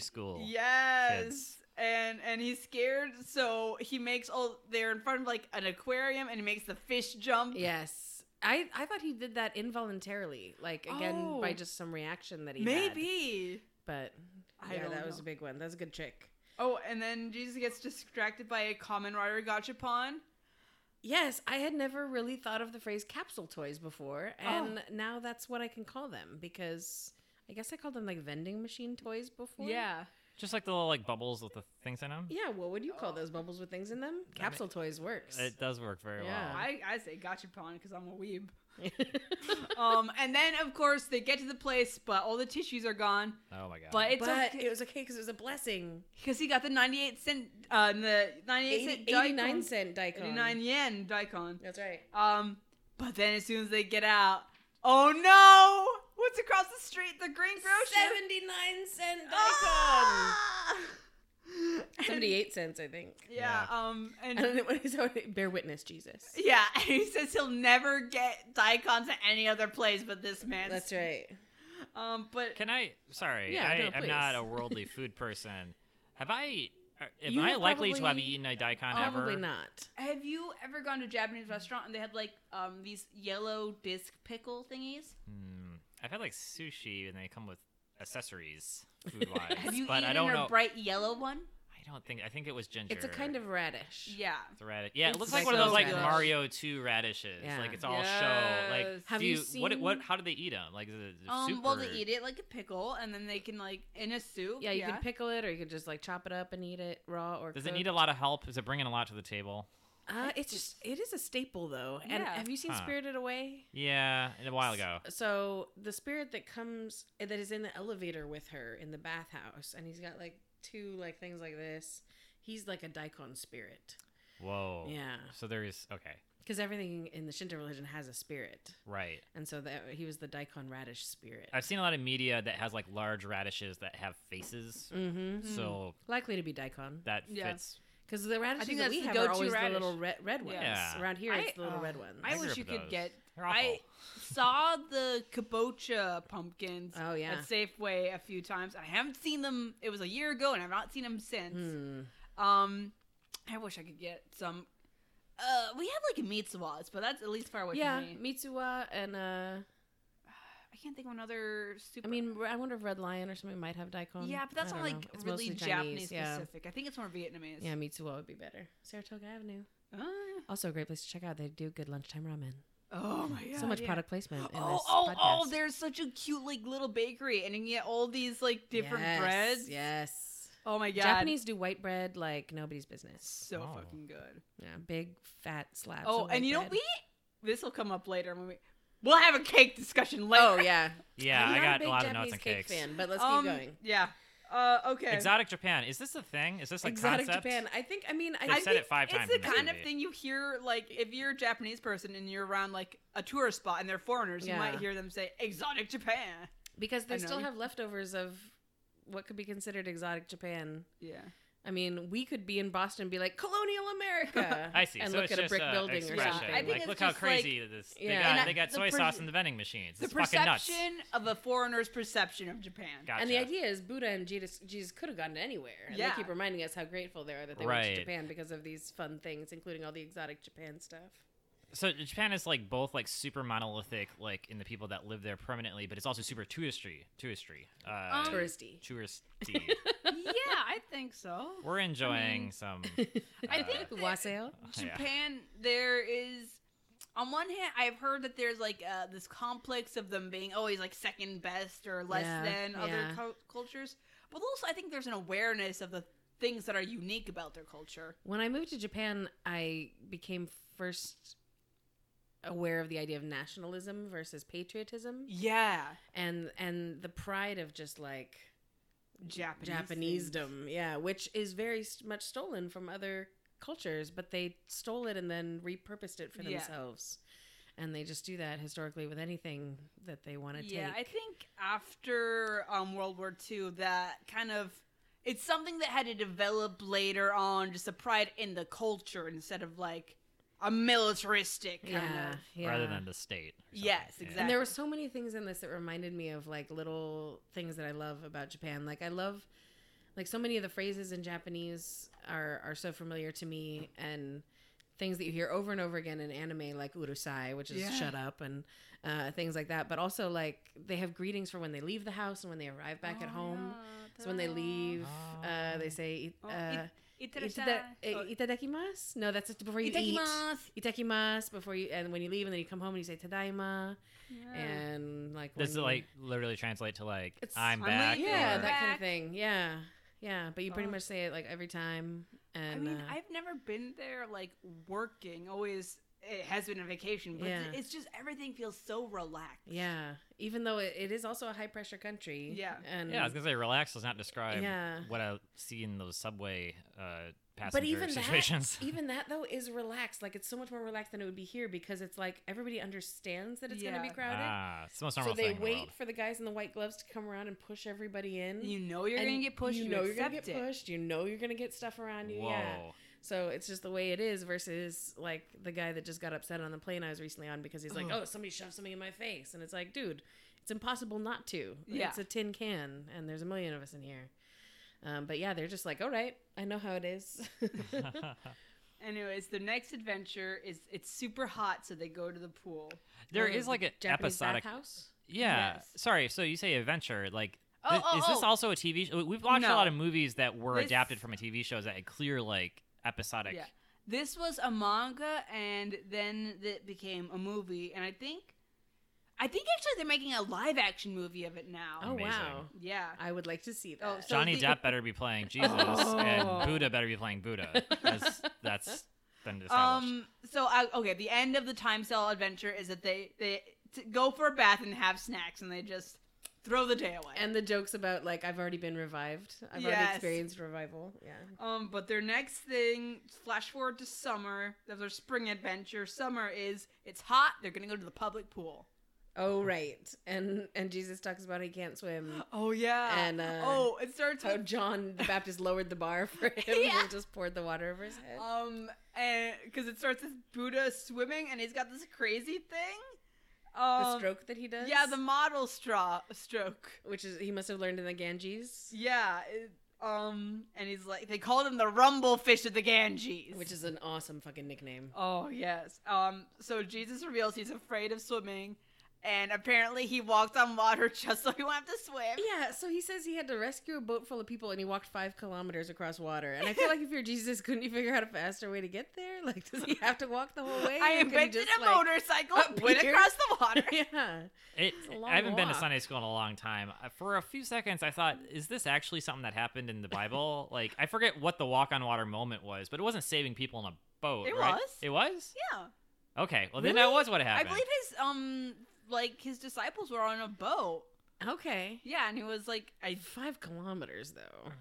B: school.
A: Yes.
B: kids.
A: And and he's scared, so he makes all they're in front of like an aquarium and he makes the fish jump.
C: Yes. I, I thought he did that involuntarily, like again
A: Oh.
C: by just some reaction that he had.
A: Maybe.
C: but
A: I
C: yeah,
A: don't
C: that was
A: know.
C: a big one. That's a good trick.
A: Oh, and then Jesus gets distracted by a common rider gachapon.
C: Yes, I had never really thought of the phrase capsule toys before,
A: Oh.
C: and now that's what I can call them because I guess I called them like vending machine toys before.
B: Just like the little like bubbles with the things in them.
C: Yeah, what would you call those bubbles with things in them? Capsule toys works.
B: It does work very
C: Yeah.
B: well.
A: I, I say gachapon because I'm a weeb. um, and then of course they get to the place, but all the tissues are gone.
B: oh my god.
A: But it's
C: but
A: okay
C: it was okay because it was a blessing.
A: because he got the 98 cent, uh, the 98
C: 80,
A: cent,
C: 89
A: daikon.
C: cent daikon.
A: 89 yen daikon.
C: That's right.
A: Um, but then as soon as they get out, oh no! What's across the street? The green grocer.
C: 79 cent daikon.
A: Ah! And-
C: 78 cents, I think.
A: yeah. Um.
C: I don't
A: And
C: know what is that. Bear witness, Jesus.
A: yeah, and he says he'll never get daikons at any other place but this man's.
C: That's right.
A: Um. But
B: Can I? Sorry,
C: Yeah, no,
B: I, I'm not
C: please.
B: a worldly food person. Have I? are- Am
C: You
B: I
C: have
B: likely to have
C: probably-
B: eaten a daikon
C: Probably
B: ever?
C: not.
A: have you ever gone to a Japanese restaurant and they had like um these yellow disc pickle thingies?
B: Hmm. I've had like sushi, and they come with accessories, food wise.
A: Have you
B: but
A: eaten
B: I don't
A: a
B: know.
A: bright yellow one?
B: I I don't think. I think it was ginger.
C: It's a kind of radish.
A: Yeah.
B: It's a radish. Yeah, it
C: It's
B: looks like
A: like
B: one of those
A: so
B: like
A: good.
B: Mario Two radishes.
C: Yeah.
B: Like it's all show. Like
A: Yes.
C: Have
B: do
C: you
B: you, what? What?
C: seen-
B: How do they eat them? Like is it a
A: Um,
B: soup
A: well,
B: or-
A: they eat it like a pickle, and then they can like in a soup.
C: Yeah, you can pickle it, or you can just like chop it up and eat it raw or.
B: Does it
C: cooked.
B: need a lot of help? Is it bringing a lot to the table?
C: Uh, it's just it is a staple though. And
A: Yeah.
C: have you seen
B: Huh.
C: Spirited Away?
B: Yeah, a while ago.
C: So the spirit that comes that is in the elevator with her in the bathhouse, and he's got like two like things like this. He's like a daikon spirit.
B: Whoa.
C: Yeah,
B: So there is okay,
C: because everything in the Shinto religion has a spirit,
B: right.
C: and so that he was the daikon radish spirit.
B: I've seen a lot of media that has like large radishes that have faces,
C: Mm-hmm.
B: so
C: Likely to be daikon
B: that
A: Yeah.
B: fits.
C: because the radishes
A: think
C: that
A: that's
C: we
A: the
C: have are
A: go-to
C: always
A: radish.
C: the little red, red ones.
B: Yeah.
C: Around here, it's
A: I-
C: the little
A: oh,
C: red ones.
A: I
B: I grew
A: wish
B: up
A: you
B: with
A: could
B: those.
A: get.
B: They're awful.
A: I saw the kabocha pumpkins
C: oh yeah.
A: at Safeway a few times. I haven't seen them. It was a year ago, and I've not seen them since.
C: Hmm.
A: Um, I wish I could get some. Uh, we have like mitsuwas, but that's at least far away
C: Yeah,
A: from me.
C: Mitsuwa and uh,
A: I can't think of another super.
C: I mean, re- I wonder if Red Lion or something might have daikon.
A: yeah, but that's
C: I
A: not
C: don't
A: like
C: know. It's
A: really
C: mostly
A: Japanese
C: Yeah.
A: specific. I think it's more Vietnamese.
C: yeah, Mitsuwa would be better. Saratoga Avenue,
A: Ah.
C: also a great place to check out. They do good lunchtime ramen.
A: oh my god!
C: so much
A: yeah.
C: product placement. In
A: Oh,
C: this
A: oh,
C: podcast.
A: oh! There's such a cute like little bakery, and you can get all these like different
C: Yes,
A: breads.
C: Yes.
A: Oh my god!
C: Japanese do white bread like nobody's business.
A: so
B: Oh.
A: fucking good.
C: Yeah, big fat slabs. of
A: oh,
C: white
A: and you know
C: bread.
A: we this will come up later when we we'll have a cake discussion later.
C: Oh yeah,
B: Yeah,
C: I'm
B: I
C: not
B: got
C: big
B: a lot of
C: Japanese
B: notes on
C: cake
B: cakes.
C: fan, but let's
A: Um,
C: keep going.
A: Yeah. Uh, okay.
B: Exotic Japan. Is this a thing? Is this like
C: Exotic
B: concept?
C: Japan. I think. I mean, I,
B: They've
C: I
B: said
C: think
B: it five
A: It's
B: times.
A: the
B: in this
A: kind of
B: movie.
A: thing you hear, like, if you're a Japanese person and you're around, like, a tourist spot and they're foreigners, you
C: Yeah.
A: might hear them say, exotic Japan.
C: because
A: I
C: they
A: know
C: still
A: you-
C: have leftovers of what could be considered exotic Japan.
A: Yeah.
C: I mean, we could be in Boston and be like colonial America.
B: I see.
C: And
B: so
C: look
B: it's
C: at a
B: just,
C: brick
B: uh,
C: building or
B: expression.
C: something.
A: I think
B: like,
A: it's
B: look how
A: just, like-
B: crazy this.
C: Yeah.
B: They
A: And I-
B: got, they got
A: the
B: soy
A: perce-
B: sauce in the vending machines.
A: The
B: It's fucking nuts.
A: perception of a foreigner's perception of Japan.
B: Gotcha.
C: And the idea is Buddha and Jesus, Jesus could have gone to anywhere. And
A: Yeah.
C: they keep reminding us how grateful they are that they went
B: Right.
C: to Japan because of these fun things, including all the exotic Japan stuff.
B: So Japan is like both like super monolithic, like in the people that live there permanently, but it's also super touristy, touristy, uh,
A: Um,
C: Touristy.
B: touristy.
A: yeah, I think so.
B: We're
A: um,
B: enjoying some.
A: I
B: uh,
A: think that
C: Wassail.
B: yeah.
A: Japan, there is. On one hand, I've heard that there's like uh, this complex of them being always like second best or less
C: Yeah,
A: than other
C: yeah.
A: cul- cultures, but also I think there's an awareness of the things that are unique about their culture.
C: When I moved to Japan, I became first aware of the idea of nationalism versus patriotism
A: Yeah,
C: and and the pride of just like
A: Japanese. things.
C: Japanesedom, yeah, which is very s- much stolen from other cultures, but they stole it and then repurposed it for
A: Yeah.
C: themselves. And they just do that historically with anything that they want to
A: Yeah, I
C: take.
A: think after um, World War II, that kind of it's something that had to develop later on, just a pride in the culture instead of like a militaristic kind
C: yeah,
A: of.
C: yeah.
B: Rather than the state. or something.
A: Yes,
B: Yeah.
A: exactly.
C: and there were so many things in this that reminded me of like little things that I love about Japan. Like I love like so many of the phrases in Japanese are are so familiar to me and things that you hear over and over again in anime like urusai which is
A: Yeah.
C: shut up and uh, things like that but also like they have greetings for when they leave the house and when they arrive back at home
A: Ah,
C: so when they leave uh, they say
A: Oh, Oh,
C: uh,
A: Itadashimasu.
C: itada- eh, itadakimasu no that's just before you
A: Itadakimasu.
C: eat itadakimasu before you and when you leave and then you come home and you say tadaima
A: Yeah.
C: and like
B: Does
C: when
B: it
C: you-
B: like literally translate to like
C: It's-
B: I'm
A: I'm
B: back?
A: leaving.
C: yeah
B: or-
C: that kind
A: Back.
C: of thing yeah yeah but you pretty
A: Oh.
C: much say it like every time and
A: I mean,
C: uh,
A: I've never been there like working. Always it has been a vacation, but
C: Yeah.
A: it's just everything feels so relaxed.
C: yeah even though it, it is also a high pressure country
A: Yeah.
C: and
B: Yeah, I was gonna say relax does not describe
C: Yeah.
B: what I see in those subway uh, passenger
C: but even
B: situations.
C: that even that though is relaxed like it's so much more relaxed than it would be here because it's like everybody understands that it's going
A: Yeah.
C: to be crowded
B: ah, it's the most
C: so
B: normal
C: they
B: thing. in the
C: wait
B: world.
C: for the guys in the white gloves to come around and push everybody in
A: You know you're
C: And
A: gonna get pushed. You,
C: you know you're
A: accept
C: gonna get
A: it.
C: pushed you know you're gonna get stuff around you
B: Whoa.
C: yeah So it's just the way it is versus like the guy that just got upset on the plane I was recently on because he's like,
B: Ugh.
C: oh, somebody shoved something in my face. And it's like, dude, it's impossible not to.
A: Yeah.
C: It's a tin can and there's a million of us in here. Um, but yeah, they're just like, all right, I know how it is.
A: Anyways, the next adventure is it's super hot, so they go to the pool.
B: there
C: Or
B: is like an
C: Japanese
B: episodic
C: bathhouse.
B: Yeah.
A: Yes.
B: Sorry. So you say adventure, like
A: Oh,
B: Thi-
A: oh,
B: is this
A: oh.
B: also a TV show? We've watched a lot
A: No.
B: of movies that were
A: This-
B: adapted from a TV shows that had clear like episodic.
A: Yeah. This was a manga, and then it became a movie. And I think, I think actually they're making a live action movie of it now.
C: Oh
B: Amazing.
C: wow.
A: Yeah.
C: I would like to see that.
A: Oh, so-
B: Johnny
A: the-
B: Depp better be playing Jesus,
A: Oh.
B: and Buddha better be playing Buddha. That's that's been established.
A: Um. So I, okay, the end of the time cell adventure is that they they t- go for a bath and have snacks, and they just throw the day away.
C: and the jokes about like I've already been revived. I've already
A: Yes.
C: experienced revival. Yeah.
A: um. But their next thing, flash forward to summer. Of their spring adventure, summer is it's hot. They're gonna go to the public pool.
C: Oh right. And and Jesus talks about he can't swim.
A: Oh yeah.
C: And, uh,
A: oh, it starts
C: How
A: with
C: John the Baptist lowered the bar for him
A: Yeah.
C: and just poured the water over his head.
A: Um, and because it starts with Buddha swimming, and he's got this crazy thing. Um,
C: the stroke that he does.
A: Yeah, the model straw stroke.
C: which is he must have learned in the Ganges,
A: Yeah. it- um, and he's like, they called him the rumble fish of the Ganges.
C: which is an awesome fucking nickname.
A: Oh yes. Um. So Jesus reveals he's afraid of swimming, and apparently he walked on water just so he won't have to swim.
C: Yeah, so he says he had to rescue a boat full of people and he walked five kilometers across water. And I feel like if you're Jesus, couldn't you figure out a faster way to get there? Like, does he have to walk the whole way?
A: I
C: or could he
A: invented
C: just,
A: a
C: like-
A: motorcycle,
C: up
A: went
C: here?
A: across the water.
C: yeah.
B: It,
C: It's a long
B: I haven't been to
C: walk.
B: Sunday school in a long time. Uh, For a few seconds, I thought, is this actually something that happened in the Bible? like, I forget what the walk on water moment was, but it wasn't saving people in a boat.
A: It
B: right?
A: was.
B: It was?
A: yeah.
B: Okay. Well, then that
A: Really?
B: was what
A: I
B: happened.
A: believe his um like his disciples were on a boat.
C: Okay.
A: Yeah, and he was like I
C: Five kilometers, though.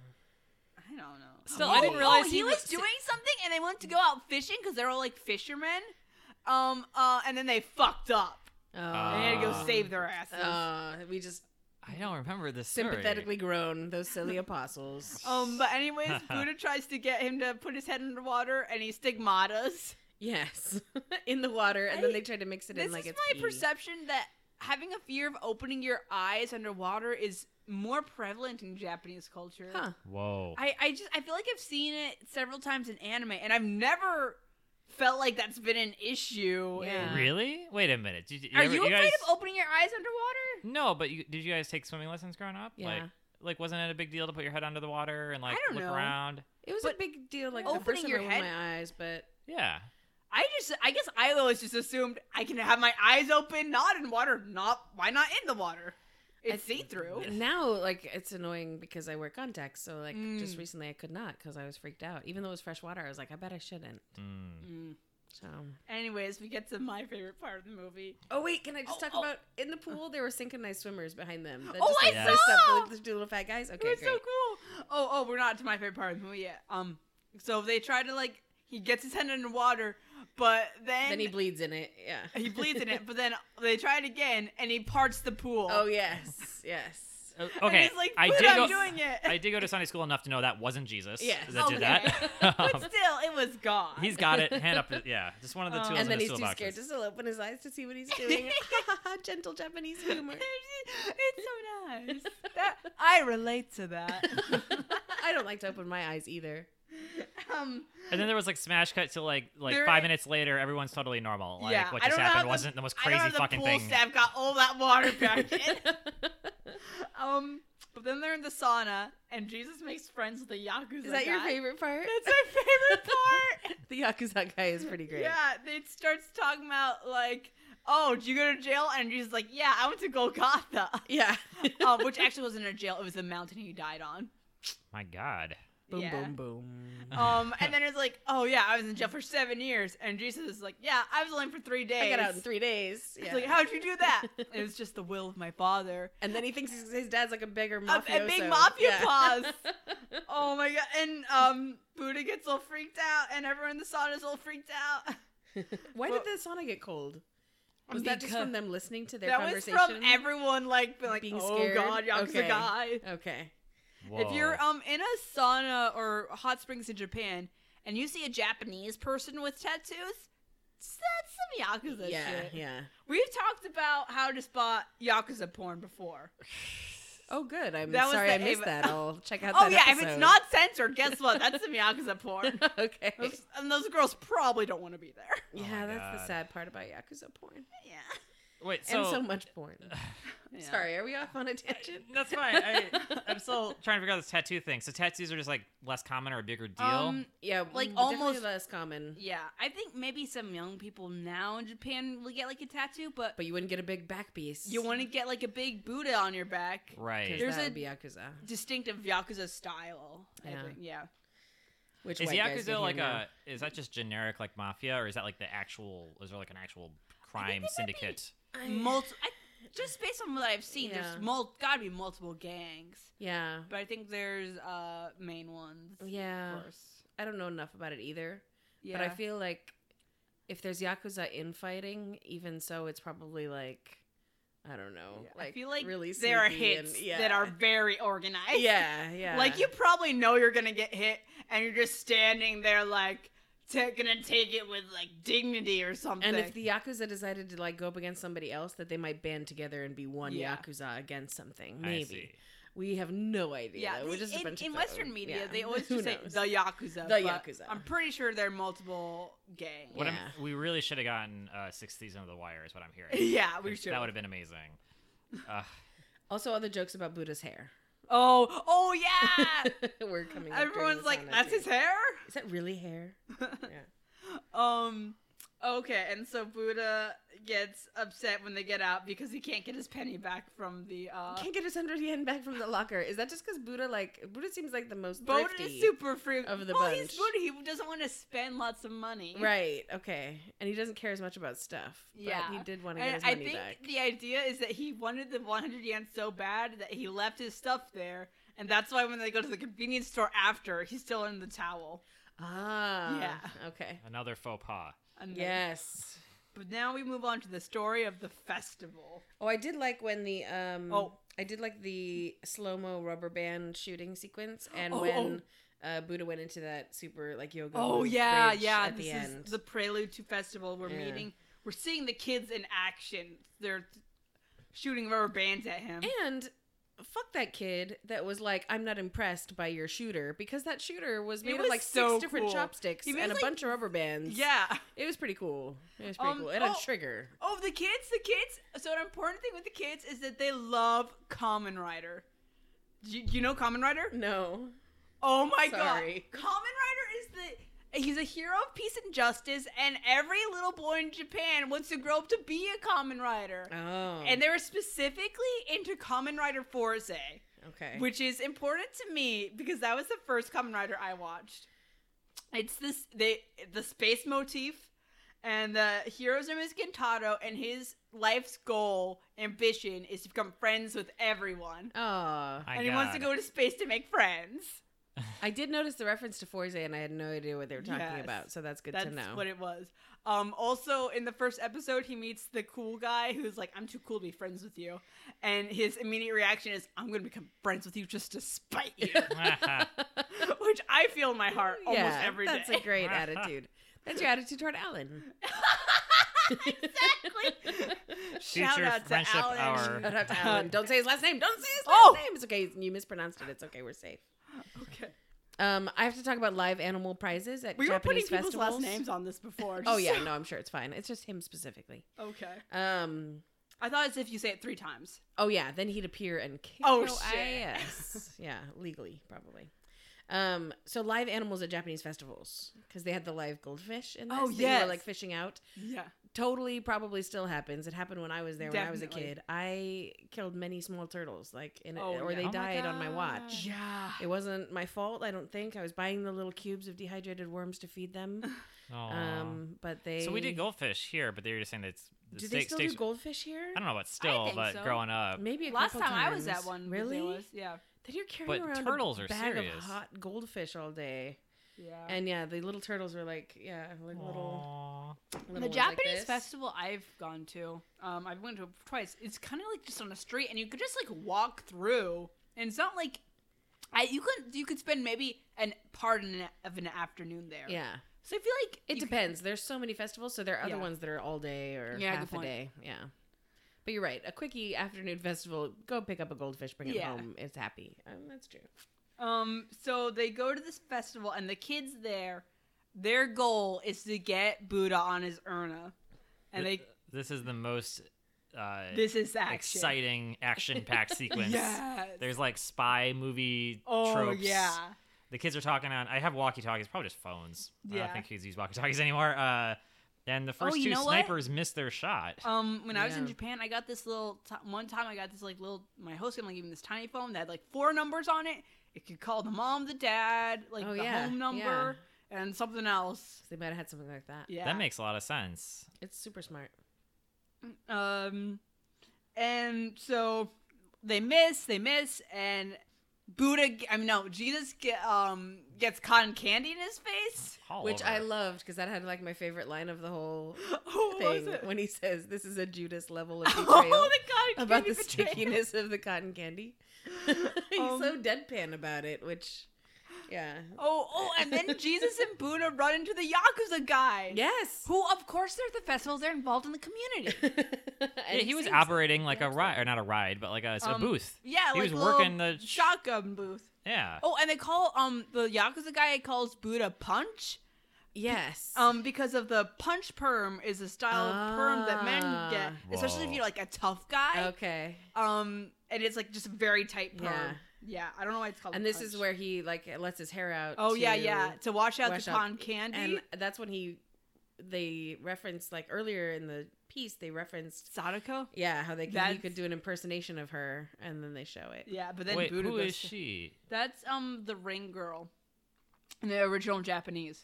A: I don't know.
B: Still,
A: oh,
B: I didn't realize
A: oh,
B: he
A: he
B: was-
A: was doing something and they went to go out fishing cuz they're all like fishermen. Um uh and then they fucked up.
C: Oh.
A: And they had to
B: Ah.
A: go save their asses.
C: Uh, we just
B: I don't remember this story.
C: sympathetically groan, those silly apostles.
A: um but anyways, Buddha tries to get him to put his head underwater and he stigmatas.
C: Yes. in the water, and then
A: I-
C: they try to mix it
A: This
C: in like
A: is
C: it's E.
A: my
C: pee.
A: perception that having a fear of opening your eyes underwater is more prevalent in Japanese culture.
C: Huh.
B: Whoa.
A: I, I just I feel like I've seen it several times in anime, and I've never felt like that's been an issue.
C: Yeah.
A: And-
B: really? Wait a minute. Did
A: Are you, afraid
B: guys...
A: of opening your eyes underwater?
B: No, but you, did you guys take swimming lessons growing up?
C: Yeah.
B: Like, like, wasn't it a big deal to put your head under the water and like
A: I don't
B: look
A: know.
B: around?
C: It was a
A: But
C: big deal. Like the
A: opening
C: first time
A: your
C: I
A: head-
C: opened my eyes, but
B: Yeah.
A: I just I guess I always just assumed I can have my eyes open, not in water, not why not in the water? It's
C: I-
A: see through.
C: now like it's annoying because I wear contacts. So like just
A: Mm.
C: recently I could not because I was freaked out. Even though it was fresh water, I was like, I bet I shouldn't.
B: Mm.
C: So
A: Anyways, we get to my favorite part of the movie.
C: oh Uh. wait, can I just
A: Oh,
C: talk
A: oh.
C: about in the pool there were synchronized swimmers behind them. that
A: Oh,
C: just,
A: I
C: like, dressed
A: saw!
C: Up, like, the two little fat guys. Okay,
A: it was
C: great.
A: so cool. Oh, oh, we're not to my favorite part of the movie yet. Um, so they try to like he gets his head underwater, but then
C: then he bleeds in it. Yeah,
A: he bleeds in it, but then they try it again, and he parts the pool.
C: oh yes, yes.
B: O-
A: And
B: Okay.
A: he's like,
B: I
A: "But
B: did
A: I'm
B: go.
A: doing it.
B: I did go to Sunday school enough to know that wasn't Jesus
C: Yes.
B: that
A: Oh,
B: did that.
A: but still, it was gone.
B: um, he's got it. Hand up. his- Yeah, just one of the
A: Um,
B: tools
A: was
C: And
B: in
C: then
B: his
C: he's too
B: toolbox.
C: scared to still open his eyes to see what he's doing. Gentle Japanese humor.
A: it's so nice. That, I relate to that.
C: I don't like to open my eyes either.
A: Um,
B: And then there was like smash cut to like like
A: There-
B: five minutes later, everyone's totally normal. Like
A: Yeah,
B: what
A: I
B: just
A: don't know how
B: happened
A: the-
B: wasn't the most
A: I
B: crazy
A: don't know if the
B: fucking
A: pool
B: thing.
A: staff got all that water back in. um, but then they're in the sauna, and Jesus makes friends with the yakuza.
C: Is that your
A: guy.
C: favorite part?
A: That's my favorite part.
C: The Yakuza guy is pretty great.
A: Yeah, it starts talking about like, oh, did you go to jail? And he's like, yeah, I went to Golgotha,
C: Yeah.
A: uh, which actually wasn't a jail; it was the mountain he died on.
B: My God.
C: boom,
A: Yeah.
C: boom, boom.
A: Um, and then it's like, oh yeah, I was in jail for seven years, and Jesus is like, yeah, I was only in for three days.
C: I got out in three days.
A: It's
C: Yeah.
A: like, how'd you do that? it was just the will of my father.
C: and then he thinks his, his dad's like a beggar
A: A,
C: mafioso.
A: a big mafia
C: Yeah.
A: pause. Oh my god! And um, Buddha gets all freaked out, and everyone in the sauna is all freaked out.
C: Why
A: Well-
C: did the sauna get cold? Was that just from them listening to their
A: that was
C: conversation?
A: from everyone like being like,
C: Being
A: oh
C: scared?
A: god, Yakuza
C: Okay.
A: guy.
C: okay.
B: Whoa.
A: If you're um in a sauna or hot springs in Japan and you see a Japanese person with tattoos, that's some yakuza
C: yeah,
A: shit.
C: yeah.
A: We've talked about how to spot yakuza porn before.
C: Oh, good. I'm
A: That was
C: sorry
A: the
C: I missed
A: Ava-
C: that. I'll check out
A: oh
C: that
A: yeah, if
C: episode.
A: it's not censored, guess what? That's some yakuza porn.
C: okay.
A: Those- and those girls probably don't want to be there.
C: Yeah,
B: Oh my
C: that's the
B: God.
C: sad part about Yakuza porn.
A: Yeah.
B: Wait, so,
C: and so much porn.
A: Yeah.
C: Sorry, are we off on a tangent?
B: that's fine. I, I'm still trying to figure out this tattoo thing. So tattoos are just like less common or a bigger deal.
A: Um,
C: yeah,
A: Like,
C: Mm, definitely
A: almost-
C: less common.
A: yeah, I think maybe some young people now in Japan will get like a tattoo, but
C: But you wouldn't get a big back piece.
A: you want to get like a big Buddha on your back.
B: right.
A: there's
C: There's that
A: a-
C: would be yakuza.
A: Distinctive Yakuza style. I
C: Yeah.
A: think. Yeah.
C: Which
B: Is
C: white guys get
B: yakuza like
C: here now.
B: a? Is that just generic like mafia, or is that like the actual? Is there like an actual crime
A: there might be-
B: syndicate?
C: I-
A: Multi- I, just based on what I've seen,
C: Yeah.
A: there's mul- gotta be multiple gangs.
C: Yeah.
A: But I think there's uh main ones.
C: Oh, Yeah.
A: first.
C: I don't know enough about it either.
A: Yeah.
C: But I feel like if there's yakuza infighting, even so, it's probably like I don't know.
A: Yeah.
C: Like
A: I feel like
C: really
A: there are
C: sneaky
A: hits
C: and- yeah.
A: that are very organized.
C: yeah yeah
A: Like you probably know you're gonna get hit, and you're just standing there like ta gonna take it with like dignity or something.
C: And if the yakuza decided to like go up against somebody else, that they might band together and be one
A: Yeah.
C: yakuza against something.
B: I
C: Maybe
B: see.
C: we have no idea.
A: yeah,
C: We're
A: the-
C: just a
A: in,
C: bunch of
A: in
C: them.
A: Western media,
C: Yeah.
A: they always
C: Who
A: just say
C: knows?
A: the yakuza.
C: The
A: but
C: yakuza.
A: I'm pretty sure there are multiple gangs.
B: What
C: Yeah.
B: I'm, we really should have gotten uh, sixth season of The Wire is what I'm hearing.
A: Yeah, we
B: 'Cause
A: should.
B: That would have been amazing. Uh,
C: also all the jokes about Buddha's hair.
A: Oh, oh yeah.
C: We're coming. up during
A: Everyone's
C: this on
A: like,
C: that
A: that's
C: too.
A: his hair.
C: Is that really hair? yeah.
A: Um. Okay, and so Buddha gets upset when they get out because he can't get his penny back from the. uh
C: Can't get his hundred yen back from the locker. Is that just because Buddha like Buddha seems like the most
A: Buddha
C: thrifty?
A: is super free
C: of the
A: well, he's
C: bunch.
A: Buddha. He doesn't want to spend lots of money.
C: Right. Okay. And he doesn't care as much about stuff. But
A: Yeah.
C: He did want to get
A: And
C: his
A: I
C: money
A: think
C: back.
A: the idea is that he wanted the 100 yen so bad that he left his stuff there, and that's why when they go to the convenience store after, he's still in the towel.
C: Ah.
A: Yeah.
C: Okay.
B: another faux pas.
A: And then-
C: Yes.
A: But now we move on to the story of the festival.
C: Oh, I did like when the um.
A: Oh.
C: I did like the slow mo rubber band shooting sequence, and
A: Oh,
C: when uh, Buddha went into that super like yoga.
A: Oh
C: bridge
A: yeah, yeah.
C: At
A: This
C: the
A: is
C: end.
A: the prelude to festival. We're
C: Yeah.
A: meeting. We're seeing the kids in action. They're shooting rubber bands at him.
C: And fuck that kid that was like, I'm not impressed by your shooter because that shooter was
A: It
C: made
A: was
C: of like
A: so
C: six different
A: cool.
C: chopsticks
A: He
C: and
A: made,
C: a
A: like-
C: bunch of rubber bands.
A: yeah.
C: It was pretty cool. It was pretty
A: Um,
C: cool. It had
A: oh.
C: a trigger.
A: Oh, the kids, the kids. So an important thing with the kids is that they love Common Rider. Do you, do you know Common Rider?
C: No.
A: Oh my
C: Mm. Sorry.
A: god, Common Rider is the he's a hero of peace and justice, and every little boy in Japan wants to grow up to be a Common Rider.
C: Oh.
A: And they were specifically into Common Rider Forze,
C: okay.
A: which is important to me because that was the first Common Rider I watched. It's this they the space motif, and the hero's name is Kentaro, and his life's goal ambition is to become friends with everyone,
C: Oh,
B: My
A: and he wants to
B: God.
A: go to space to make friends.
C: I did notice the reference to Forza, and I had no idea what they were talking
A: Yes.
C: about. So that's good
A: That's
C: to know.
A: what it was. Um, also, in the first episode, he meets the cool guy who's like, "I'm too cool to be friends with you," and his immediate reaction is, "I'm going to become friends with you just to spite you," which I feel in my heart almost
C: yeah,
A: every day.
C: that's a great attitude. That's your attitude toward Alan.
A: exactly. Shout
B: Future
A: out to
B: friendship
A: Alan.
B: hour.
C: Shout
A: Uh,
C: out to Alan. Don't say his last name. Don't say his last
A: Oh!
C: name. It's okay. You mispronounced it. It's okay. We're safe.
A: Okay.
C: Um, I have to talk about live animal prizes at
A: We were putting
C: Japanese
A: people's
C: festivals.
A: last names on this before.
C: Oh
A: just-
C: yeah, no, I'm sure it's fine. It's just him specifically.
A: Okay.
C: Um,
A: I thought it's if you say it three times.
C: Oh yeah, then he'd appear and kick
A: Oh,
C: your
A: shit.
C: ass. yeah, legally probably. Um, so live animals at Japanese festivals because they had the live goldfish and
A: Oh,
C: this that you were,
A: yes.
C: like fishing out.
A: Yeah.
C: Totally, probably still happens. It happened when I was there when I was a
A: Definitely.
C: kid. I killed many small turtles, like in
A: Oh,
C: or
A: yeah.
C: they
A: Oh, my
C: died on my
B: God.
C: watch.
A: Yeah.
C: It wasn't my fault, I don't think. I was buying the little cubes of dehydrated worms to feed them.
B: Aw.
C: Um, but they
B: so we did goldfish here, but they were just saying that it's the
C: Do they
B: steak-
C: still
B: steaks-
C: do goldfish here?
B: I don't know about still,
A: think
B: but
A: so.
B: growing up,
C: Maybe a
A: Last
C: couple
A: time I was at
C: times.
A: one. there
C: Really?
A: was- Yeah.
C: Then you're carrying
B: But
C: around
B: turtles
C: a
B: are
C: bag
B: serious.
C: of hot goldfish all day,
A: Yeah.
C: and yeah, the little turtles were like, yeah, like little,
B: Aw.
C: little
A: the
C: ones like
A: Japanese
C: this.
A: festival I've gone to, um, I've went to twice. It's kind of like just on a street, and you could just like walk through, and it's not like I you could you could spend maybe an part of an, of an afternoon there.
C: Yeah,
A: So I feel like
C: it
A: you could-
C: depends. There's so many festivals, so there are other
A: Yeah.
C: ones that are all day or
A: Yeah, good
C: half a
A: point.
C: day. Yeah, but you're right. A quickie afternoon festival. Go pick up a goldfish, bring it
A: Yeah.
C: home. It's happy. Um, that's true.
A: Um, so they go to this festival, and the kids there, their goal is to get Buddha on his urna, and they
B: This is the most uh,
A: This is action.
B: exciting action-packed sequence.
A: Yes.
B: There's like spy movie
A: oh
B: tropes.
A: yeah.
B: The kids are talking on. I have walkie talkies, probably just phones. I
A: Yeah.
B: don't think kids use walkie talkies anymore. Uh, and the
A: Oh,
B: first two
A: you know what?
B: snipers missed their shot.
A: Um, when I was in
C: Yeah.
A: Japan, I got this little. T- one time, I got this like little. My host family gave me this tiny phone that had like four numbers on it. It could call the mom, the dad, like
C: Oh,
A: the
C: yeah,
A: home number, and something else.
C: They might have had something like that.
A: Yeah,
B: That makes a lot of sense.
C: It's super smart.
A: Um, and so they miss, they miss, and Buddha. g- I mean, no, Jesus. Get, um, gets cotton candy in his face.
B: All
C: Which
B: over.
C: I loved because that had like my favorite line of the whole
A: Who was
C: thing
A: it?
C: when he says, "This is a Judas level of
A: oh, the
C: betrayal."
A: cotton candy
C: about the
A: betrayal.
C: stickiness of the cotton candy. He's
A: Um,
C: so deadpan about it, which, yeah,
A: Oh, oh, and then Jesus and Buddha run into the yakuza guy.
C: yes.
A: Who, of course, they're at the festivals. They're involved in the community.
B: Yeah, he was operating like a ride, or not a ride, but like a, a
A: Um,
B: booth.
A: Yeah,
B: He
A: like
B: was
A: a little
B: working the-
A: shotgun booth.
B: Yeah.
A: Oh, and they call um the yakuza guy calls Buddha Punch
C: Yes.
A: um because of the punch perm is a style of perm that men get,
C: Ah.
A: especially if
B: Whoa.
A: you're like a tough guy.
C: Okay.
A: Um, and it's like just a very tight perm. Yeah,
C: Yeah.
A: I don't know why it's called.
C: And
A: a
C: this is
A: punch.
C: where he like lets his hair out.
A: Oh yeah,
C: to-
A: yeah. To wash out
C: wash
A: the
C: out-
A: con candy.
C: And that's when he they referenced like earlier in the piece they referenced
A: Sadako.
C: yeah how they could, he
A: That's-
C: could do an impersonation of her and then they show it.
A: Yeah, but then
B: Wait,
A: Buddha
B: who
A: goes
B: is
A: to-
B: she?
A: That's um the ring girl, in the original Japanese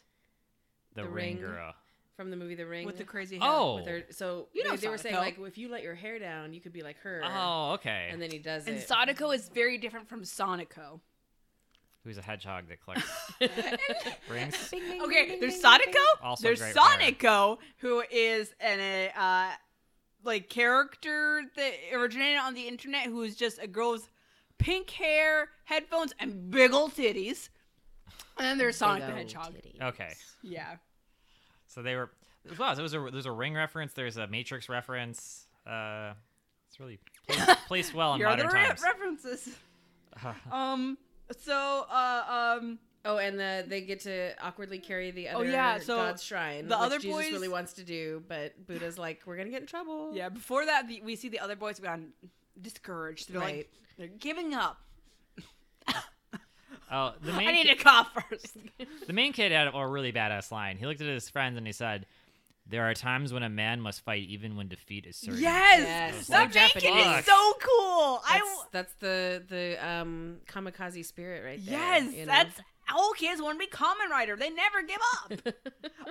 B: The,
C: The
B: ring
C: ring.
B: girl.
C: From the movie The Ring.
A: with the crazy hair.
B: Oh.
C: with her, so
A: You
C: you
A: know
C: know they were saying like
A: Sadako.
C: if you let your hair down you could be like her.
B: Oh, okay.
C: And then he does
A: and
C: it.
A: Sadako is very different from Sonico.
B: Who's a hedgehog that collects rings?
A: Okay, there's Sadako.
B: Also
A: there's
B: great
A: Sonico, who is an a uh, like character that originated on the internet, who is just a girl with pink hair, headphones, and big old titties. And then there's Sonic the Hedgehog.
B: Okay.
A: Yeah.
B: So they were. Wow, so there's a there's a ring reference. There's a Matrix reference. Uh, it's really placed, placed well in
A: Here are the
B: modern
A: re-
B: times.
A: references. um. So, uh, um,
C: Oh, and the, they get to awkwardly carry the other
A: Oh, yeah, so
C: God's shrine.
A: the
C: which
A: other
C: Jesus
A: boys-
C: really wants to do, but Buddha's like, we're gonna get in trouble.
A: yeah. Before that, the, we see the other boys have gotten discouraged. They're like,
C: Right.
A: they're giving up.
B: Oh, the main
A: I need
B: ki-
A: a cop first.
B: the main kid had a really badass line. He looked at his friends and he said, "There are times when a man must fight even when defeat is certain."
A: Yes,
C: Yes.
A: that
C: Like
A: bacon is
B: Japanese.
A: so cool. I
C: That's,
A: w-
C: that's the the um kamikaze spirit right there.
A: yes,
C: you know?
A: that's all kids want to be common writer. They never give up.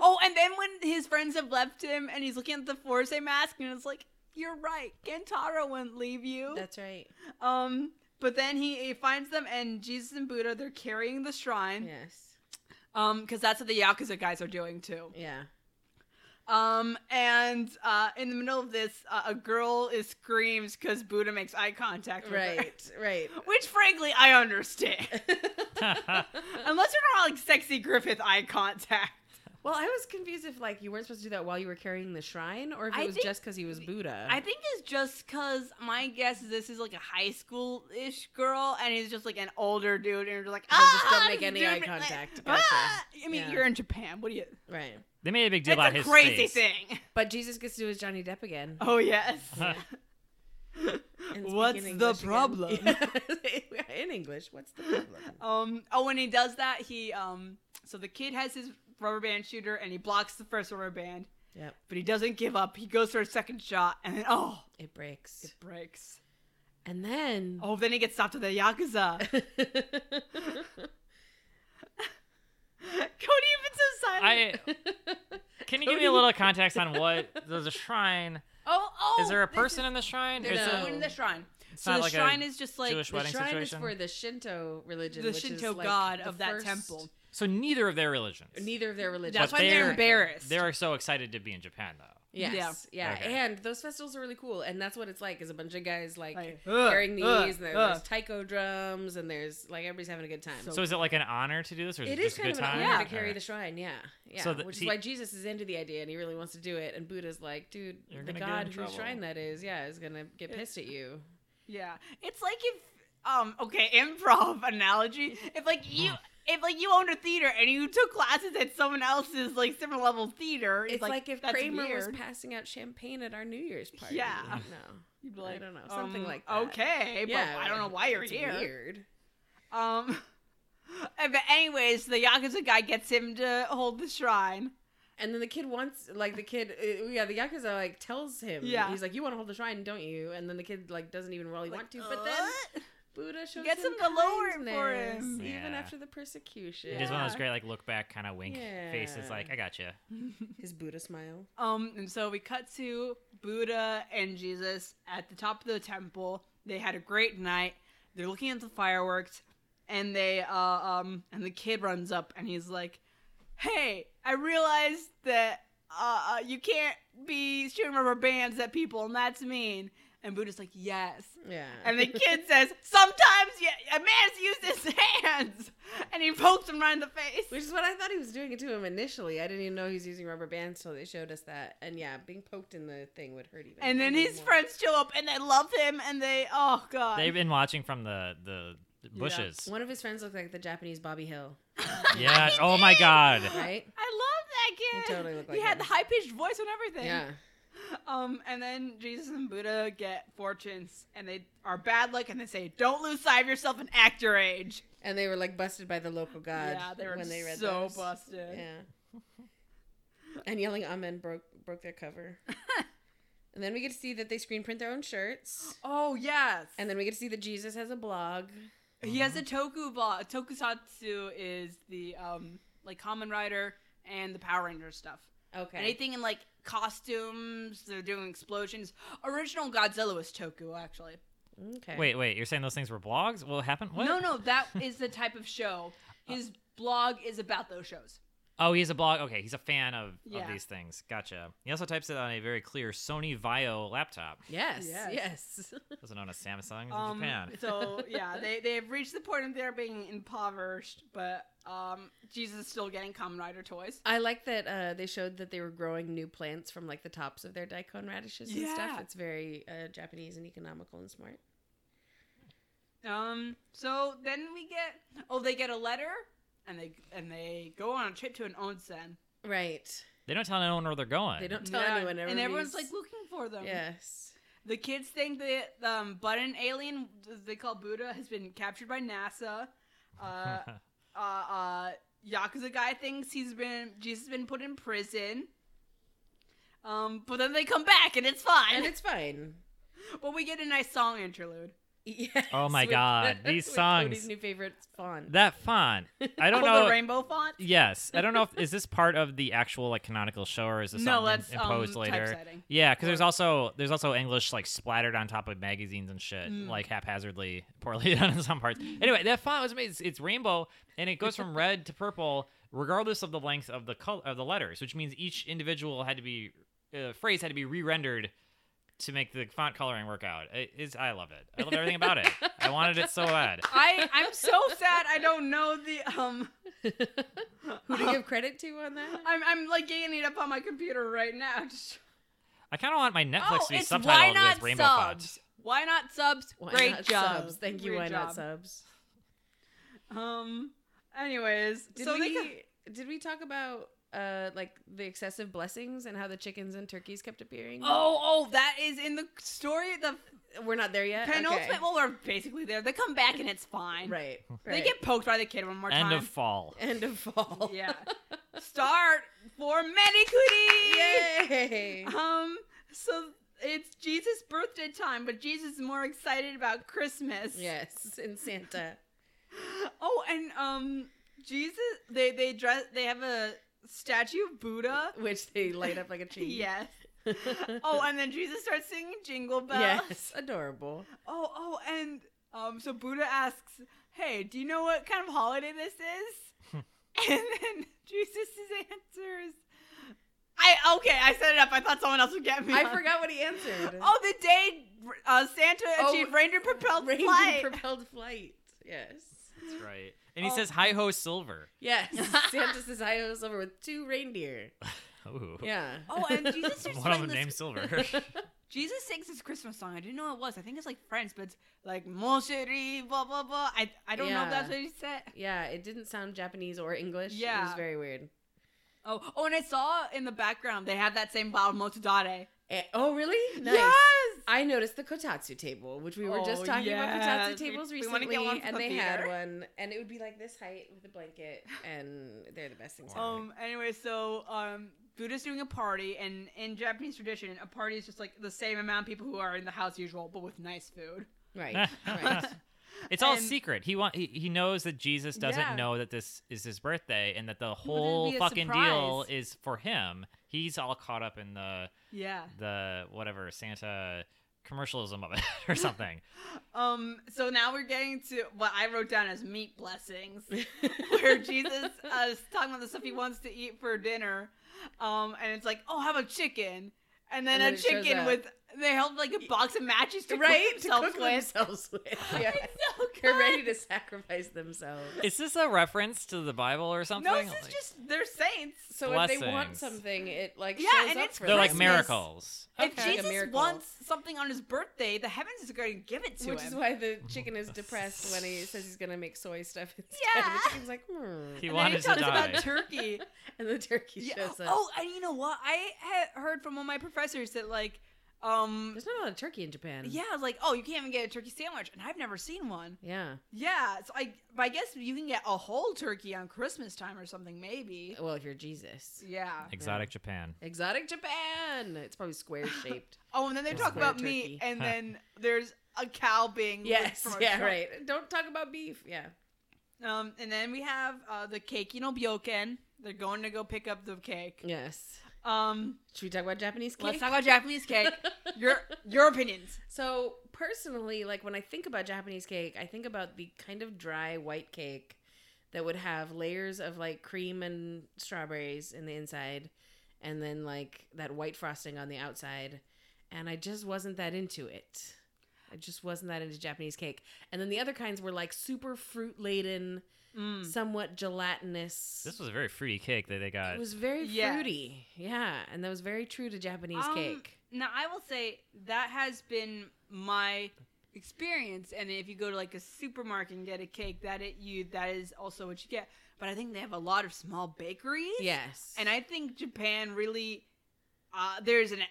A: oh, and then when his friends have left him, and he's looking at the Force mask, and it's like, you're right, Kentaro wouldn't leave you.
C: that's right.
A: um, but then he, he finds them, and Jesus and Buddha they're carrying the shrine.
C: Yes.
A: Um, because that's what the yakuza guys are doing too.
C: Yeah.
A: Um, and uh, in the middle of this, uh, a girl is screams because Buddha makes eye contact with her.
C: Right. Right.
A: Which, frankly, I understand. Unless you're not like sexy Griffith eye contact.
C: well, I was confused if like you weren't supposed to do that while you were carrying the shrine, or if
A: I
C: it was
A: think-
C: just because he was Buddha.
A: I think it's just because my guess is this is like a high school ish girl and he's just like an older dude and you're like,
C: They just
A: ah,
C: don't make
A: this
C: any
A: dude
C: eye
A: ma- like,
C: contact.
A: ah." I mean,
C: Yeah.
A: you're in Japan. What do you.
C: right.
B: they made a big deal
A: That's
B: about
A: a
B: his
A: crazy
B: face.
A: thing.
C: But Jesus gets to do his Johnny Depp again.
A: Oh, yes.
C: and speak
A: What's
C: in
A: the
C: English again.
A: problem?
C: Yes. in English, what's the problem?
A: um, oh, when he does that, he. um, So the kid has his rubber band shooter and he blocks the first rubber band,
C: Yep,
A: but he doesn't give up. He goes for a second shot and then, oh,
C: it breaks.
A: it breaks.
C: and then
A: Oh, then he gets stopped at the Yakuza. Cody even so silent.
B: I
A: Oh.
B: can you give me a little context on what there's a shrine?
A: oh, oh.
B: Is there a
A: this
B: person in the shrine?
A: There's
B: Is
C: No.
A: no. in the shrine.
B: It's
A: So
B: not
A: the
B: like a
A: shrine is just like
B: Jewish
C: the
B: wedding
C: shrine is
B: situation.
C: for the Shinto religion,
A: the
C: which is,
A: Shinto
C: like,
A: god
C: the
A: of that
C: first-
A: temple.
B: So neither of their religions.
C: Neither of their religions.
A: That's
B: But
A: why they're
B: they're-
A: embarrassed.
B: They are so excited to be in Japan though.
C: Yes. Yeah.
B: Okay.
C: And those festivals are really cool. And that's what it's like is a bunch of guys like,
A: Like, uh, "Ugh,
C: carrying these
A: ugh,
C: and there-
A: ugh."
C: there's taiko drums and there's like everybody's having a good time.
A: So-
B: So is it like an honor to do this, or is it,
C: it is
B: just a
C: kind
B: good
C: of an
B: time?
C: honor
A: Yeah.
C: to carry
B: Alright.
C: the shrine, yeah, yeah.
B: So the-
C: which
B: see-
C: is why Jesus is into the idea and he really wants to do it, and Buddha's like, dude,
B: You're
C: the
B: gonna get in
C: god whose
B: trouble.
C: shrine that is, yeah, is gonna get pissed at you.
A: yeah. It's like if um okay, improv analogy. If like you if like you owned a theater and you took classes at someone else's like similar level theater,
C: It's like, if
A: that's
C: Kramer
A: weird.
C: was passing out champagne at our New Year's party.
A: Yeah.
C: No.
A: You'd be um,
C: I don't know, something like that.
A: Okay, but
C: yeah.
A: I don't know why you're
C: it's
A: here.
C: Weird.
A: Um, but anyways, the yakuza guy gets him to hold the shrine.
C: And then the kid wants, like, the kid, uh, yeah, the yakuza like tells him,
A: Yeah.
C: he's like, "You want to hold the shrine, don't you?" And then the kid like doesn't even really want to.
A: Like,
C: But then
A: "Uh?"
C: Buddha shows
A: Gets
C: him
A: him to lower it
C: kindness,
A: for him.
C: even
B: Yeah.
C: after the persecution.
B: It is one of
A: Yeah.
B: those great like look back kind of wink
C: Yeah.
B: faces. Like I gotcha.
C: His Buddha smile.
A: um, and so we cut to Buddha and Jesus at the top of the temple. They had a great night. They're looking at the fireworks, and they uh, um, and the kid runs up and he's like, "Hey, I realized that uh, uh you can't be shooting rubber bands at people, and that's mean." And Buddha's like, "Yes."
C: Yeah.
A: And the kid says, "Sometimes y- a man's used his hands," and he pokes him right in the face.
C: Which is what I thought he was doing it to him initially. I didn't even know he was using rubber bands till they showed us that. And yeah, being poked in the thing would hurt even.
A: and then his
C: more.
A: friends show up and they love him and they, oh god,
B: They've been watching from the the bushes.
C: One of his friends looked like the Japanese Bobby Hill,
B: Yeah. oh my god.
C: right?
A: I love that kid.
C: He totally looked
A: He
C: like
A: had
C: him.
A: the high pitched voice and everything.
C: yeah.
A: Um, and then Jesus and Buddha get fortunes and they are bad luck and they say, "Don't lose sight of yourself and act your age."
C: And they were like busted by the local god.
A: yeah, they were
C: when they read
A: so
C: those.
A: busted.
C: Yeah. And yelling amen broke broke their cover. and then we get to see that they screen print their own shirts.
A: Oh yes.
C: And Uh-huh. then we get to see that Jesus has a blog.
A: He has a toku blog. Tokusatsu is the um like Common Rider and the Power Ranger stuff.
C: Okay.
A: Anything in like costumes, they're doing explosions. Original Godzilla was toku actually.
C: okay.
B: Wait, wait. You're saying those things were blogs? What happened? What?
A: No, no, that is the type of show. His blog is about those shows.
B: Oh, he's a blog. Okay, he's a fan of, of
A: Yeah.
B: these things. Gotcha. He also types it on a very clear Sony Vio laptop,
C: Yes.
A: Yes.
C: Yes.
B: also known as Samsung in
A: Um,
B: Japan.
A: so yeah, they they have reached the point of their being impoverished, but um, Jesus is still getting Common Rider toys.
C: I like that uh, they showed that they were growing new plants from like the tops of their daikon radishes and stuff.
A: Yeah.
C: It's very uh, Japanese and economical and smart.
A: Um, so then we get oh they get a letter and they and they go on a trip to an onsen.
C: Right.
B: They don't tell anyone where they're going.
C: They don't tell
A: Yeah,
C: anyone.
A: and everyone's like
C: everybody's-
A: looking for them.
C: yes.
A: The kids think that um, button alien, as they call Buddha, has been captured by NASA. Uh, uh, uh, Yakuza guy thinks he's been Jesus has been put in prison. Um, but then they come back and it's fine.
C: And it's fine.
A: but we get a nice song interlude.
C: Yes,
B: Oh my
C: with-
B: God, these
C: with Cody's
B: songs.
C: new favorite font.
B: that font. I don't
A: Oh,
B: know.
A: the rainbow font.
B: Yes, I don't know if is this part of the actual like canonical show or is this
A: No,
B: something
A: that's
B: imposed
A: um,
B: later?
A: typesetting.
B: Yeah, because
A: Or-
B: there's also there's also English like splattered on top of magazines and shit,
A: Mm.
B: like haphazardly, poorly done in some parts.
A: Hmm.
B: Anyway, that font was amazing. It's, it's rainbow, and it goes from red to purple, regardless of the length of the color of the letters, which means each individual had to be uh, phrase had to be re-rendered to make the font coloring work out. It is I love it. I love everything about it. I wanted it so bad.
A: I I'm so sad. I don't know the um.
C: Who do you give credit to on that?
A: I'm I'm like getting it up on my computer right now. Just
B: I kind of want my Netflix
A: oh,
B: to be
A: it's why
B: subtitled
A: not
B: with rainbow
A: subs.
B: font.
A: Why not subs?
C: Why
A: Great
C: not
A: job.
C: subs? Thank you.
A: Great
C: why not
A: job.
C: subs?
A: Um. Anyways,
C: Did
A: so
C: we
A: they co-
C: did we talk about uh like the excessive blessings and how the chickens and turkeys kept appearing?
A: oh oh that is in the story the
C: we're not there yet.
A: penultimate.
C: Uh, Okay.
A: Well, we're basically there. They come back and it's fine.
C: right,
A: They
C: right.
A: get poked by the kid one more
B: End
A: time.
B: of fall.
C: end of fall.
A: yeah. Start for Medicudi.
C: Yay!
A: Um. So it's Jesus' birthday time, but Jesus is more excited about Christmas.
C: yes, and Santa.
A: Oh, and um, Jesus. They they dress. They have a statue of Buddha.
C: Which they light up like a tree.
A: Yes. Oh, and then Jesus starts singing Jingle Bells.
C: yes, adorable.
A: Oh, oh, and um, so Buddha asks, "Hey, do you know what kind of holiday this is?" and then Jesus' answer is, "I okay, I set it up. I thought someone else would get me.
C: I
A: on it."
C: forgot what he answered.
A: Oh, the day uh, Santa
C: Oh,
A: achieved reindeer-propelled
C: Reindeer
A: flight.
C: propelled flight. Yes.
B: That's right. And he
A: Oh.
B: says, "Hi ho, silver."
C: Yes, Santa says I was over with two reindeer.
B: Ooh.
C: Yeah.
A: Oh, and Jesus starts
B: One of
A: playing
B: them
A: this-
B: named Silver.
A: Jesus sings this Christmas song. I didn't know what it was. I think it's like French, but it's like Mosheri, blah blah blah. I I don't know if that's
C: Yeah.
A: what he said.
C: Yeah, it didn't sound Japanese or English. It was
A: Yeah.
C: very weird.
A: Oh, oh, and I saw in the background they had that same bottle motodare.
C: Eh, oh, really? Nice.
A: Yes.
C: I noticed the kotatsu table, which we were just
A: Oh,
C: talking about kotatsu
A: yes. We-
C: tables
A: we wanna
C: recently,
A: get one for
C: and
A: the
C: they had
A: theater.
C: one, and it would be like this height with a blanket, and they're the best things. ever.
A: Um. Anyway, so um, Buddha's doing a party, and in Japanese tradition, a party is just like the same amount of people who are in the house usual, but with nice food.
C: right, right.
B: it's all
A: And-
B: secret. He want he, he knows that Jesus doesn't
A: Yeah.
B: know that this is his birthday and that the
A: it'd
B: whole
A: be a
B: fucking deal
A: surprise.
B: is for him. He's all caught up in the
A: Yeah.
B: the whatever Santa commercialism of it or something.
A: Um. So now we're getting to what I wrote down as meat blessings, where Jesus uh, is talking about the stuff he wants to eat for dinner, um, and it's like, oh, how about chicken? And then
C: And then
A: a
C: it shows
A: chicken
C: up.
A: with they held like a box of matches to
C: right?
A: cook themselves
C: to cook
A: with.
C: themselves with. Yeah.
A: It's so
C: They're
A: good.
C: ready to sacrifice themselves.
B: is this a reference to the Bible or something?
A: No, this is
B: Like-
A: just they're saints.
C: So if they want
B: Blessings.
C: something, it like
A: Yeah,
C: shows
A: and
C: up
A: it's
C: for
B: they're like
C: them.
A: Christmas.
B: miracles.
A: If
C: Like a
A: Jesus
C: miracle.
A: wants something on his birthday, the heavens is going to give it to
C: Which
A: him.
C: is why the chicken is depressed when he says he's gonna make soy stuff instead.
A: Yeah.
C: The chicken's like, hmm.
B: He
A: and then he
B: wanted to
A: talks
B: die.
A: about turkey.
C: and the turkey
A: Yeah.
C: shows up.
A: Oh, and you know what? I had heard from one of my professors that like, um,
C: There's not a lot of turkey in Japan.
A: yeah, I was like, oh, you can't even get a turkey sandwich, and I've never seen one.
C: Yeah.
A: Yeah, so I, but I guess you can get a whole turkey on Christmas time or something, maybe.
C: Well, if you're Jesus.
A: Yeah.
B: Exotic Japan.
C: Exotic Japan. It's probably square shaped.
A: Oh, and then they
B: It's
A: talk
B: square
A: about meat,
C: turkey.
A: and then there's a cow being licked
C: yes.
A: from a
C: Yeah.
A: truck.
C: Right. Don't talk about beef. Yeah.
A: Um, and then we have uh, the cake, you know, byoken. They're going to go pick up the cake.
C: Yes.
A: Um,
C: Should we talk about Japanese cake?
A: let's talk about Japanese cake. your your opinions.
C: So personally, like when I think about Japanese cake, I think about the kind of dry white cake that would have layers of like cream and strawberries in the inside and then like that white frosting on the outside. And I just wasn't that into it. I just wasn't that into Japanese cake. And then the other kinds were like super fruit laden,
A: Mm.
C: somewhat gelatinous.
B: Hmm. This was a very fruity cake that they got.
C: it was very
A: Yes.
C: fruity. Yeah. And that was very true to Japanese
A: Um,
C: cake.
A: Now I will say that has been my experience, and if you go to like a supermarket and get a cake, that it you that is also what you get. But I think they have a lot of small bakeries.
C: Yes.
A: and I think Japan really uh, there's an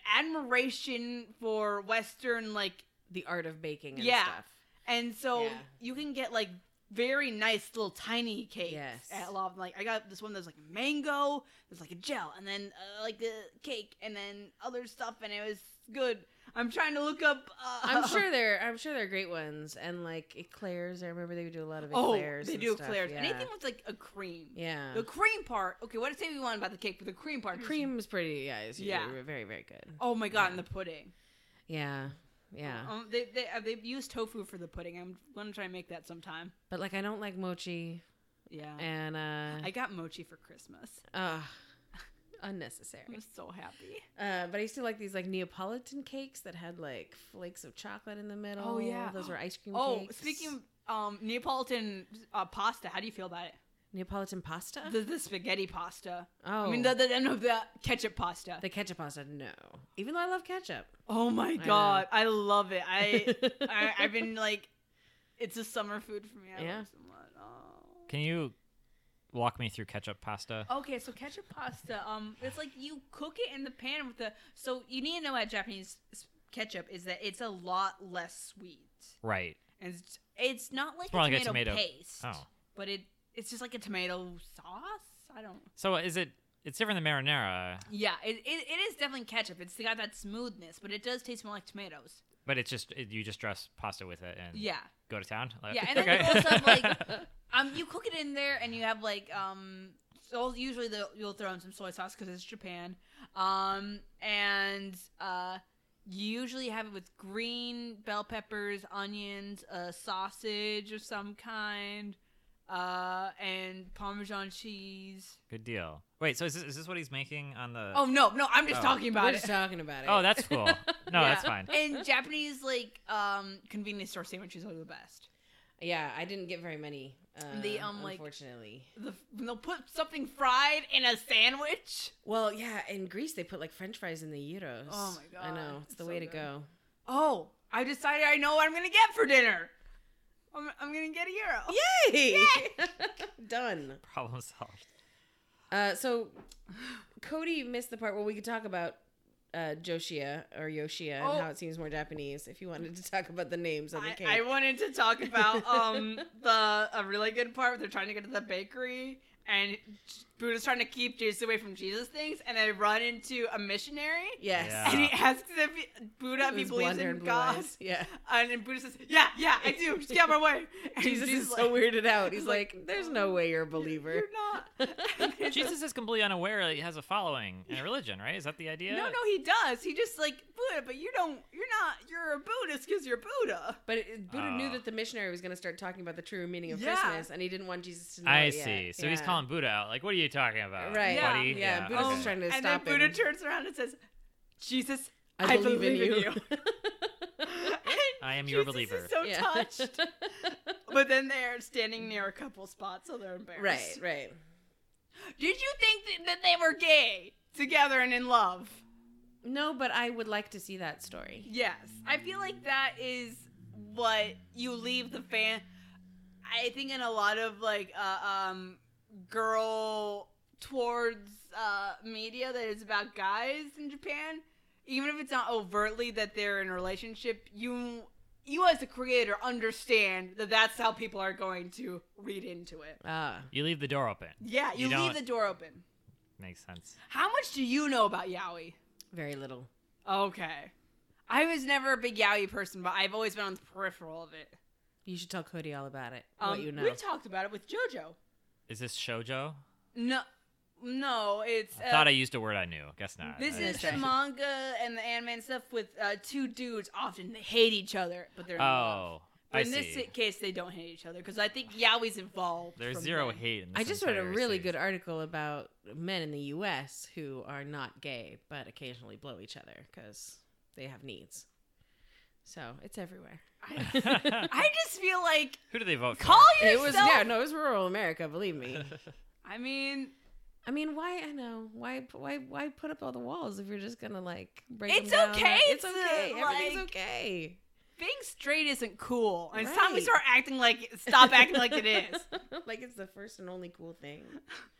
A: admiration for Western like
C: the art of baking and
A: Yeah.
C: stuff.
A: And so
C: Yeah.
A: you can get like very nice little tiny cakes
C: Yes.
A: at a lot of like I got this one that's like mango, there's like a gel, and then uh, like a cake, and then other stuff, and it was good. I'm trying to look up. Uh,
C: I'm sure they're I'm sure they're great ones and like eclairs. I remember they would do a lot of
A: Oh,
C: eclairs.
A: they
C: and
A: do
C: stuff,
A: eclairs.
C: Yeah.
A: Anything with like a cream.
C: yeah.
A: The cream part. Okay, what say we want about the cake, but the cream part.
C: The
A: is-
C: cream is pretty. Yeah, it's
A: Yeah.
C: yeah. very very good.
A: Oh my god,
C: Yeah.
A: and the pudding.
C: Yeah, yeah.
A: Um, they they uh, they've used tofu for the pudding. I'm gonna try and make that sometime.
C: But like I don't like mochi
A: Yeah.
C: and uh,
A: I got mochi for Christmas.
C: ugh,
A: I'm
C: unnecessary.
A: so happy.
C: Uh, but I used to like these like Neapolitan cakes that had like flakes of chocolate in the middle.
A: Oh, yeah.
C: those were ice cream.
A: Oh,
C: cakes.
A: speaking of um, Neapolitan uh, pasta, how do you feel about it?
C: Neapolitan pasta.
A: The, the spaghetti pasta.
C: Uh. oh,
A: I mean, the, the, no, the ketchup pasta.
C: the ketchup pasta. No, even though I love ketchup.
A: oh my
C: know.
A: god, I love it. I, I I've been like, it's a summer food for me. I
C: Yeah.
A: love it so much. Oh.
B: Can you walk me through ketchup pasta?
A: Okay, so ketchup pasta. Um, it's like you cook it in the pan with the. So you need to know about Japanese s- ketchup is that it's a lot less sweet,
B: Right.
A: and it's, it's not like,
B: more
A: a,
B: like a
A: tomato
B: tomato-
A: paste.
B: Oh.
A: but it it's just like a tomato sauce. I don't.
B: So is it? It's different than marinara,
A: Yeah, it, it, it is definitely ketchup. It's got that smoothness, but it does taste more like tomatoes.
B: but it's just it, you just dress pasta with it and
A: Yeah,
B: go to town. Like-
A: yeah, and then
B: Mm. Uh, okay.
A: you also have like um, you cook it in there, and you have like um, so usually the, you'll throw in some soy sauce because it's Japan, um, and uh, you usually have it with green bell peppers, onions, a sausage of some kind, uh, and Parmesan cheese.
B: Good deal. Wait, so is this, is this what he's making on the?
A: Oh no, no, I'm just
B: Oh.
A: talking about
C: We're
A: it.
C: just talking about it.
B: Oh, that's cool. No,
A: Yeah.
B: that's fine.
A: and Japanese like um convenience store sandwiches are the best.
C: Yeah, I didn't get very many. Uh,
A: The, um, like-
C: unfortunately.
A: The, when they'll put something fried in a sandwich.
C: Well, yeah, in Greece they put like French fries in the gyros.
A: Oh my
C: I
A: God,
C: know it's the
A: so
C: way to
A: good.
C: go.
A: Oh, I decided I know what I'm gonna get for dinner. I'm, I'm gonna get a euro.
C: Yay! Done.
B: Problem solved.
C: Uh, so Cody missed the part where we could talk about uh, Joshia or Yoshia
A: Oh.
C: and how it seems more Japanese. If you wanted to talk about the names on the cake,
A: I, I wanted to talk about um the a really good part where they're trying to get to the bakery and Buddha's trying to keep Jesus away from Jesus things, and they run into a missionary.
C: yes,
B: Yeah.
A: And he asks if he, Buddha if he
C: Who's
A: believes
C: blonder
A: in
C: and blue
A: God,
C: eyes. Yeah,
A: and then Buddha says, "Yeah, yeah, I do. Just get out of my way." And
C: Jesus, is
A: like,
C: so weirded out. He's
A: he's
C: like,
A: like,
C: "There's no way you're a
A: "You're-
C: believer."
A: You're not. And
B: Jesus is completely unaware that he has a following and a religion, right? Is that the idea?
A: No, no, he does. He just like Buddha, but you don't. You're not. You're a Buddhist because you're Buddha.
C: But it, Buddha knew
B: Ah.
C: that the missionary was going to start talking about the true meaning of
A: Yeah.
C: Christmas, and he didn't want Jesus to know.
B: I
C: it yet.
B: see. So he's
C: Yeah.
B: calling Buddha out. Like, what are you talking about,
C: Right.
A: Yeah,
B: buddy?
C: yeah, Buddha's
B: okay.
C: just trying to
A: and
C: stop
A: then Buddha
C: him.
A: turns around and says, "Jesus,
C: I believe, in you.
B: I am your
A: Jesus is
B: believer.
A: so
C: Yeah.
A: touched. But then they're standing near a couple spots, so they're
C: right,
A: embarrassed.
C: right.
A: Did you think th- that they were gay together and in love?
C: No, but I would like to see that story.
A: Yes, I feel like that is what you leave the fan. I think in a lot of like uh, um girl towards uh media that is about guys in Japan, even if it's not overtly that they're in a relationship, you you as a creator understand that that's how people are going to read into it.
C: Ah,
B: You leave the door open.
A: Yeah, you,
B: You
A: leave
B: don't-
A: the door open.
B: Makes sense.
A: How much do you know about yaoi?
C: very little.
A: Okay. I was never a big yaoi person, but I've always been on the peripheral of it.
C: You should tell Cody all about it.
A: Um,
C: what you know.
A: We talked about it with JoJo.
B: Is this shojo?
A: No, no, it's. uh,
B: I thought I used a word I knew. Guess not.
A: this
B: I-
A: is the
C: Okay.
A: manga and the anime and stuff with uh, two dudes. Often they hate each other, but they're in love.
B: Oh,
A: But
B: I
A: in
B: see.
A: this case, they don't hate each other because I think yaoi's evolved.
B: There's
A: from
B: zero
A: them.
B: hate in this
C: I just read a
B: entire
C: really
B: series.
C: good article about men in the U.S. who are not gay but occasionally blow each other because they have needs. So it's everywhere.
A: I, I just feel like
B: Who do they vote
A: call
C: It
A: yourself.
C: was yeah, no, it was rural America. Believe me.
B: for?
A: I mean,
C: I mean, why? I know why. Why? Why put up all the walls if you're just gonna like break?
A: It's
C: 'em down?
A: okay
C: It's
A: to,
C: okay. Everything's
A: like-
C: okay.
A: being straight isn't cool, and it's time we
C: Right.
A: start acting like stop acting like it is.
C: like it's the first and only cool thing.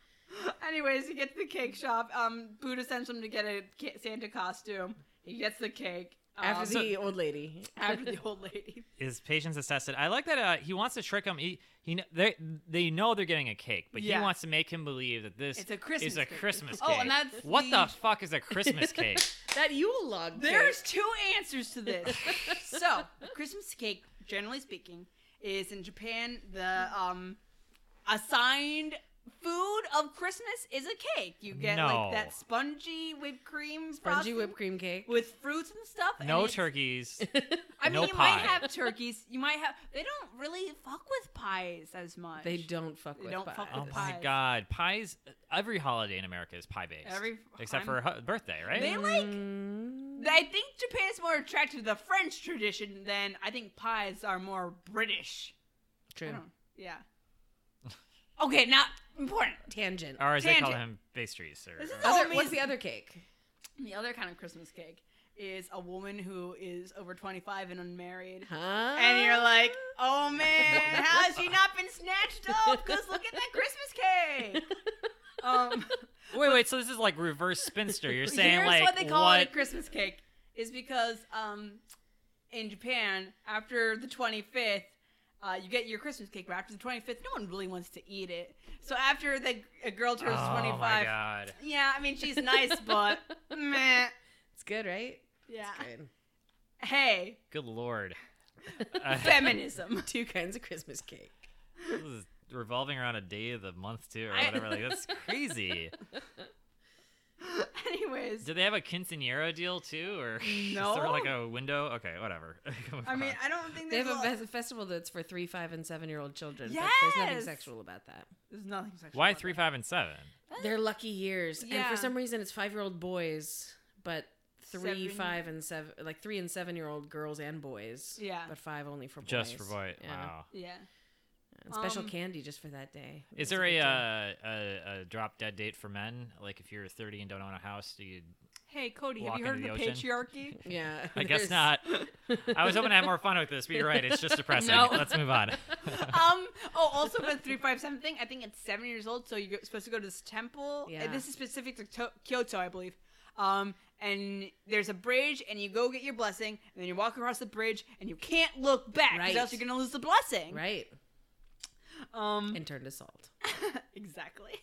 A: Anyways, he gets the cake shop. Um, Buddha sends him to get a ca- Santa costume. He gets the cake um,
C: After the old lady.
A: after the old lady.
B: his patience is tested. I like that uh, he wants to trick him. He, he kn- they they know they're getting a cake, but
A: Yeah.
B: he wants to make him believe that this
A: It's a Christmas.
B: is a
A: cake.
B: Christmas cake.
A: Oh, and that's
B: what the fuck is a Christmas cake?
C: that Yule log. cake.
A: There's two answers to this. so, Christmas cake, generally speaking, is in Japan the um assigned food of Christmas is a cake. You get
B: No.
A: like that spongy whipped cream,
C: spongy
A: frosting
C: whipped cream cake.
A: with fruits and stuff. and
B: No
A: it's-
B: turkeys.
A: I mean,
B: no
A: you
B: pie.
A: might have turkeys. You might have. They don't really fuck with pies as much.
C: They don't fuck
A: They
C: with
A: don't fuck
B: oh
A: with
B: my
A: pies.
B: god, pies! Every holiday in America is pie based,
A: Every I'm-
B: except for her hu- birthday, right?
A: They like.
C: Mm.
A: I think Japan is more attracted to the French tradition than I think pies are more British. I
C: True.
A: don't- Yeah. Okay, not important.
C: Tangent.
B: or as they call
A: Tangent.
B: them, pastries. Or,
A: This is
B: or-
A: all-
C: Other-
A: Homies.
C: what's the other cake?
A: The other kind of Christmas cake is a woman who is over 25 and unmarried.
C: Huh?
A: And you're like, oh man, how has she not been snatched up? Because look at that Christmas cake. Um,
B: wait, wait. So this is like reverse spinster. You're saying
A: Here's
B: like
A: what they call
B: what-
A: it a Christmas cake is because um, in Japan after the 25th uh, you get your Christmas cake, but after the 25th, no one really wants to eat it. So after the a girl turns
B: oh
A: 25,
B: my god.
A: yeah, I mean she's nice, but meh,
C: It's good, right?
A: yeah.
C: It's good.
A: Hey,
B: Good lord. Uh,
A: feminism.
C: Two kinds of Christmas cake.
B: This is revolving around a day of the month too, or
A: I-
B: whatever. Like that's crazy.
A: Anyways,
B: Do they have a quinceanera deal too, or is there
A: No.
B: like a window? Okay, whatever. Move
A: I mean
B: on.
A: I don't think
C: They
A: there's
C: have a
A: lot-
C: fes- festival that's for three, five, and seven year old children. but There's nothing
A: Yes!
C: sexual about that.
A: there's nothing sexual.
B: why
A: about
B: three,
A: that.
B: five, and seven?
C: They're lucky years. And
A: Yeah.
C: for some reason, it's five year old boys, but
A: Seven-
C: three, five, and seven, like three and seven year old girls and boys.
A: Yeah.
C: But five only for boys.
B: Just for boy.
C: Yeah.
B: Wow.
A: Yeah.
C: And special
A: Um,
C: candy just for that day.
B: Is
C: That's
B: there a,
C: big
B: uh,
C: deal.
B: a a drop dead date for men? Like if you're 30 and don't own a house, do you?
A: Hey, Cody,
B: Walk
A: have you heard of the
B: into the
A: patriarchy?
C: Yeah.
B: I guess
C: there's-
B: not. I was hoping to have more fun with this, but you're right. It's just depressing.
A: No.
B: Let's move on.
A: um. Oh, also for the three five seven thing, I think it's seven years old, so you're supposed to go to this temple. Uh,
C: Yeah.
A: This is specific to, to- Kyoto, I believe. Um, and there's a bridge, and you go get your blessing, and then you walk across the bridge, and you can't look back, 'cause
C: Right.
A: else you're gonna lose the blessing.
C: Right.
A: Um.
C: And turned to salt.
A: exactly.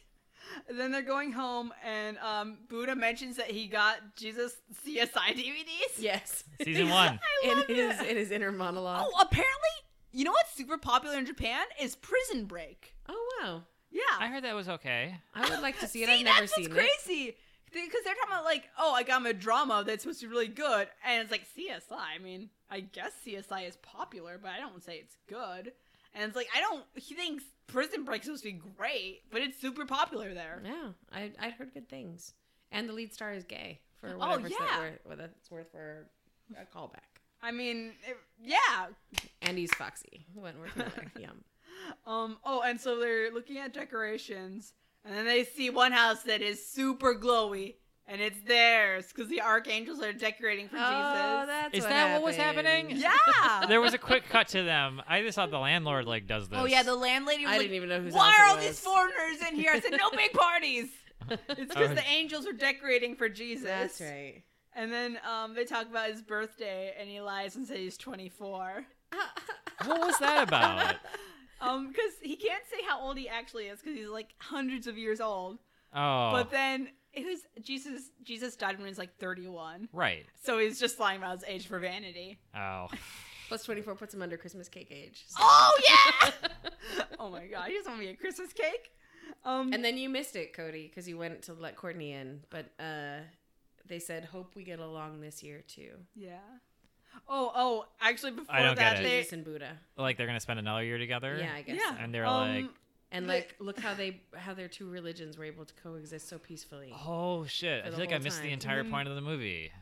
A: Then they're going home, and um, Buddha mentions that he got Jesus CSI DVDs.
C: Yes.
B: Season one.
A: I love
C: It is
A: that.
C: in his inner monologue.
A: Oh, apparently, you know what's super popular in Japan is Prison Break.
C: Oh, wow.
A: Yeah.
B: I heard that was okay.
C: I would like to see it.
A: See,
C: I've never
A: that's
C: seen
A: what's crazy. Because they're talking about like, oh, I got him a drama that's supposed to be really good, and it's like CSI. I mean, I guess CSI is popular, but I don't say it's good. And it's like I don't. He thinks Prison Break's supposed to be great, but it's super popular there.
C: it. Yeah. I, I'd heard good things. And the lead star is gay for
A: Oh,
C: whatever it's
A: yeah.
C: worth, whether it's worth for a callback.
A: I mean, it- yeah.
C: And he's foxy. Wentworth Miller. Yum.
A: Um. Oh, and so they're looking at decorations, and then they see one house that is super glowy, and it's theirs because the archangels are decorating
C: Oh,
A: for Jesus.
C: that's
B: Is that what was happening?
A: yeah.
B: There was a quick cut to them. I just thought the landlord like does this.
A: Oh yeah, the landlady was
C: I
A: like,
C: didn't even know whose
A: Why
C: house
A: are
C: it
A: all these
C: was."
A: foreigners in here? I said, no big parties. It's because
B: Oh.
A: the angels were decorating for Jesus.
C: That's right.
A: And then um, they talk about his birthday, and he lies and says he's 24.
B: What was that about?
A: Um, because he can't say how old he actually is, because he's like hundreds of years old.
B: Oh,
A: But then it was Jesus. Jesus died when he was like 31,
B: right.
A: so he's just lying about his age for vanity.
B: Oh,
C: Plus 24 puts him under Christmas cake age. So-
A: Oh yeah! oh my God, he doesn't want to be a Christmas cake. Um,
C: And then you missed it, Cody, because you went to let Courtney in. But uh, they said, hope we get along this year too.
A: Yeah. Oh, oh, actually before
B: I don't
A: that
B: get it.
A: they
C: Jesus and Buddha.
B: like they're gonna spend another year together.
C: Yeah, I guess.
A: Yeah.
B: And they're
A: um,
C: And
A: The-
C: like, look how they how their two religions were able to coexist so peacefully.
B: like, oh shit!
C: For
B: I
C: the
B: feel like I
C: whole
B: missed the
C: time.
B: entire
A: Mhm.
B: point of the movie.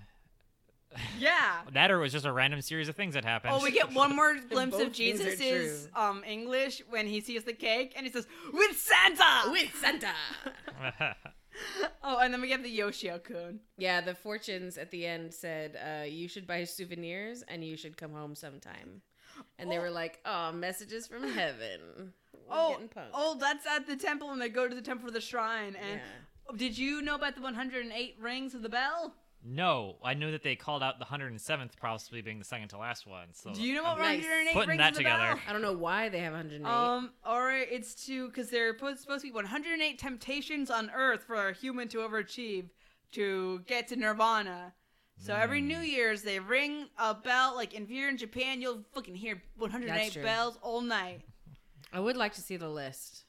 A: Yeah.
B: That or it was just a random series of things that happened.
A: Oh, we get one more glimpse of
C: Both things are
A: Jesus'
C: true.
A: um English when he sees the cake and he says, With Santa
C: With Santa.
A: Oh, and then we get the Yoshio kun.
C: yeah, the fortunes at the end said, uh, "You should buy souvenirs and you should come home sometime." And they
A: Oh.
C: were like, "Oh, messages from heaven." We're
A: Oh,
C: getting punked.
A: oh, that's at the temple and they go to the temple for the shrine and
C: Yeah.
A: did you know about the one hundred and eight rings of the bell?
B: no, I knew that they called out the hundred and seventh, possibly being the second to last one. So
A: Do you know what
C: Nice.
A: 108
B: Putting
A: rings
B: that
A: of the
B: together.
A: bell?
C: I don't know why they have 108.
A: Um, all right, it's to because there are supposed supposed to be 108 temptations on Earth for a human to overachieve to get to nirvana. So every
C: Hmm.
A: New Year's they ring a bell. Like if you're in Japan, you'll fucking hear 108
C: That's true.
A: bells all night.
C: I would like to see the list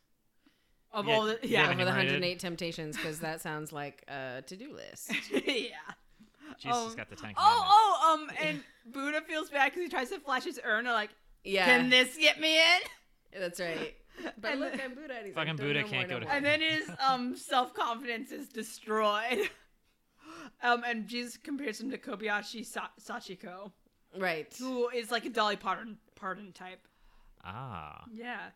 A: Of
B: Yeah,
A: all the
B: you
A: yeah
B: have
C: over the
B: Enumerated.
C: 108 temptations because that sounds like a to-do list.
A: yeah.
B: Jesus
A: um,
B: got the ten. Commandments.
A: Oh oh um and Buddha feels bad because he tries to flash his urn. and Like
C: Yeah,
A: can this get me in?
C: that's right. But
A: And
C: look,
A: the-
C: I'm Buddha. and he's
B: Fucking
C: like, "No,
B: Buddha
C: no
B: can't
C: more,
B: go to
C: no more."
A: and then his um self confidence is destroyed. Um, and Jesus compares him to Kobayashi Sa- Sachiko,
C: Right.
A: who is like a Dolly Parton, Parton type.
B: Ah.
A: Yeah.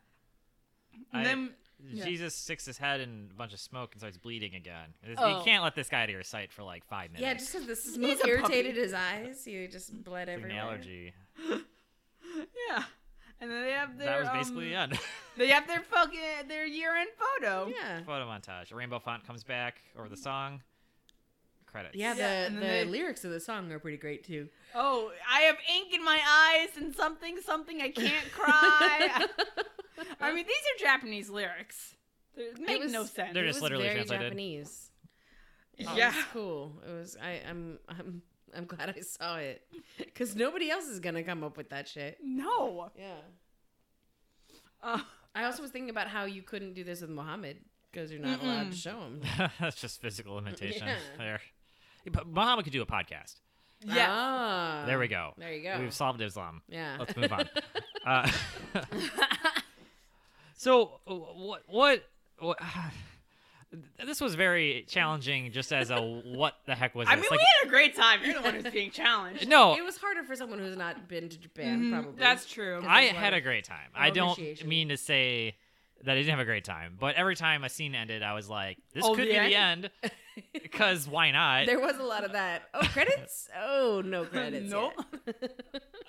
B: I-
A: And then Yeah.
B: Jesus sticks his head in a bunch of smoke and starts bleeding again. This-
A: Oh.
B: You can't let this guy out of your sight for like five minutes.
C: Yeah, just because the smoke
A: a
C: irritated
A: puppy.
C: his eyes, he just bled
B: It's like
C: everywhere.
B: an allergy.
A: yeah, and then they have their
B: that was basically
A: um,
B: the end.
A: They have their fucking their year end photo.
C: Yeah.
B: Photo montage. A rainbow font comes back over the song. Credits.
C: Yeah, the,
A: Yeah, and
C: the
A: then they-
C: lyrics of the song are pretty great too.
A: Oh, I have ink in my eyes and something something I can't cry. I mean, these are Japanese lyrics. They make
C: was-
A: no sense.
B: They're
C: It
B: just
C: was
B: literally
C: very
B: translated.
C: Japanese. It
A: Yeah.
C: was cool. It was. I, I'm. I'm. I'm glad I saw it because nobody else is gonna come up with that shit.
A: No.
C: Yeah.
A: Uh,
C: I also was thinking about how you couldn't do this with Muhammad because you're not allowed to
A: Mm-mm.
C: show him.
B: That's just physical limitation
C: Yeah.
B: there. But Muhammad could do a podcast.
A: yeah.
C: Ah.
B: there we go.
C: There you go.
B: We've solved Islam.
C: yeah.
B: Let's move on. uh, so what what what this was very challenging just as a what the heck was
A: I
B: this?
A: mean,
B: like,
A: we had a great time. You're the one who's being challenged.
B: no,
C: It was harder for someone who's not been to Japan,
A: Mhm,
C: probably.
A: That's true.
C: Because-
B: I
C: there's a lot
B: had
C: of
B: a great time. I don't
C: appreciation.
B: mean to say that I didn't have a great time, but every time a scene ended, I was like, this
A: Oh,
B: could
A: the
B: be the end because why not?
C: there was a lot of that. Oh, credits? Oh, no credits.
A: Nope.
C: yet.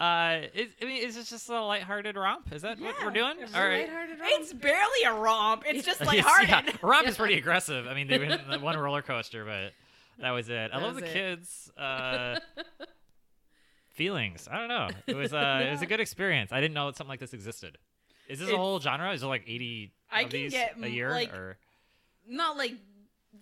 B: Uh, it, I mean, is this just a lighthearted romp? Is that what we're
A: Yeah,
B: doing?
A: it's
B: All right.
C: Lighthearted
A: It's barely a romp. It's just like
B: Yes,
A: hard.
B: yeah. Romp is pretty aggressive. I mean, they went on the one roller coaster, but that was it. I
C: That
B: love
C: was
B: the
C: it.
B: kids. Uh, feelings. I don't know. It was uh, it was a good experience. I didn't know that something like this existed. Is this a
A: It's-
B: whole genre? Is there like eighty
A: I
B: of
A: can
B: these
A: get,
B: a
A: mm,
B: year
A: like-
B: or
A: Not like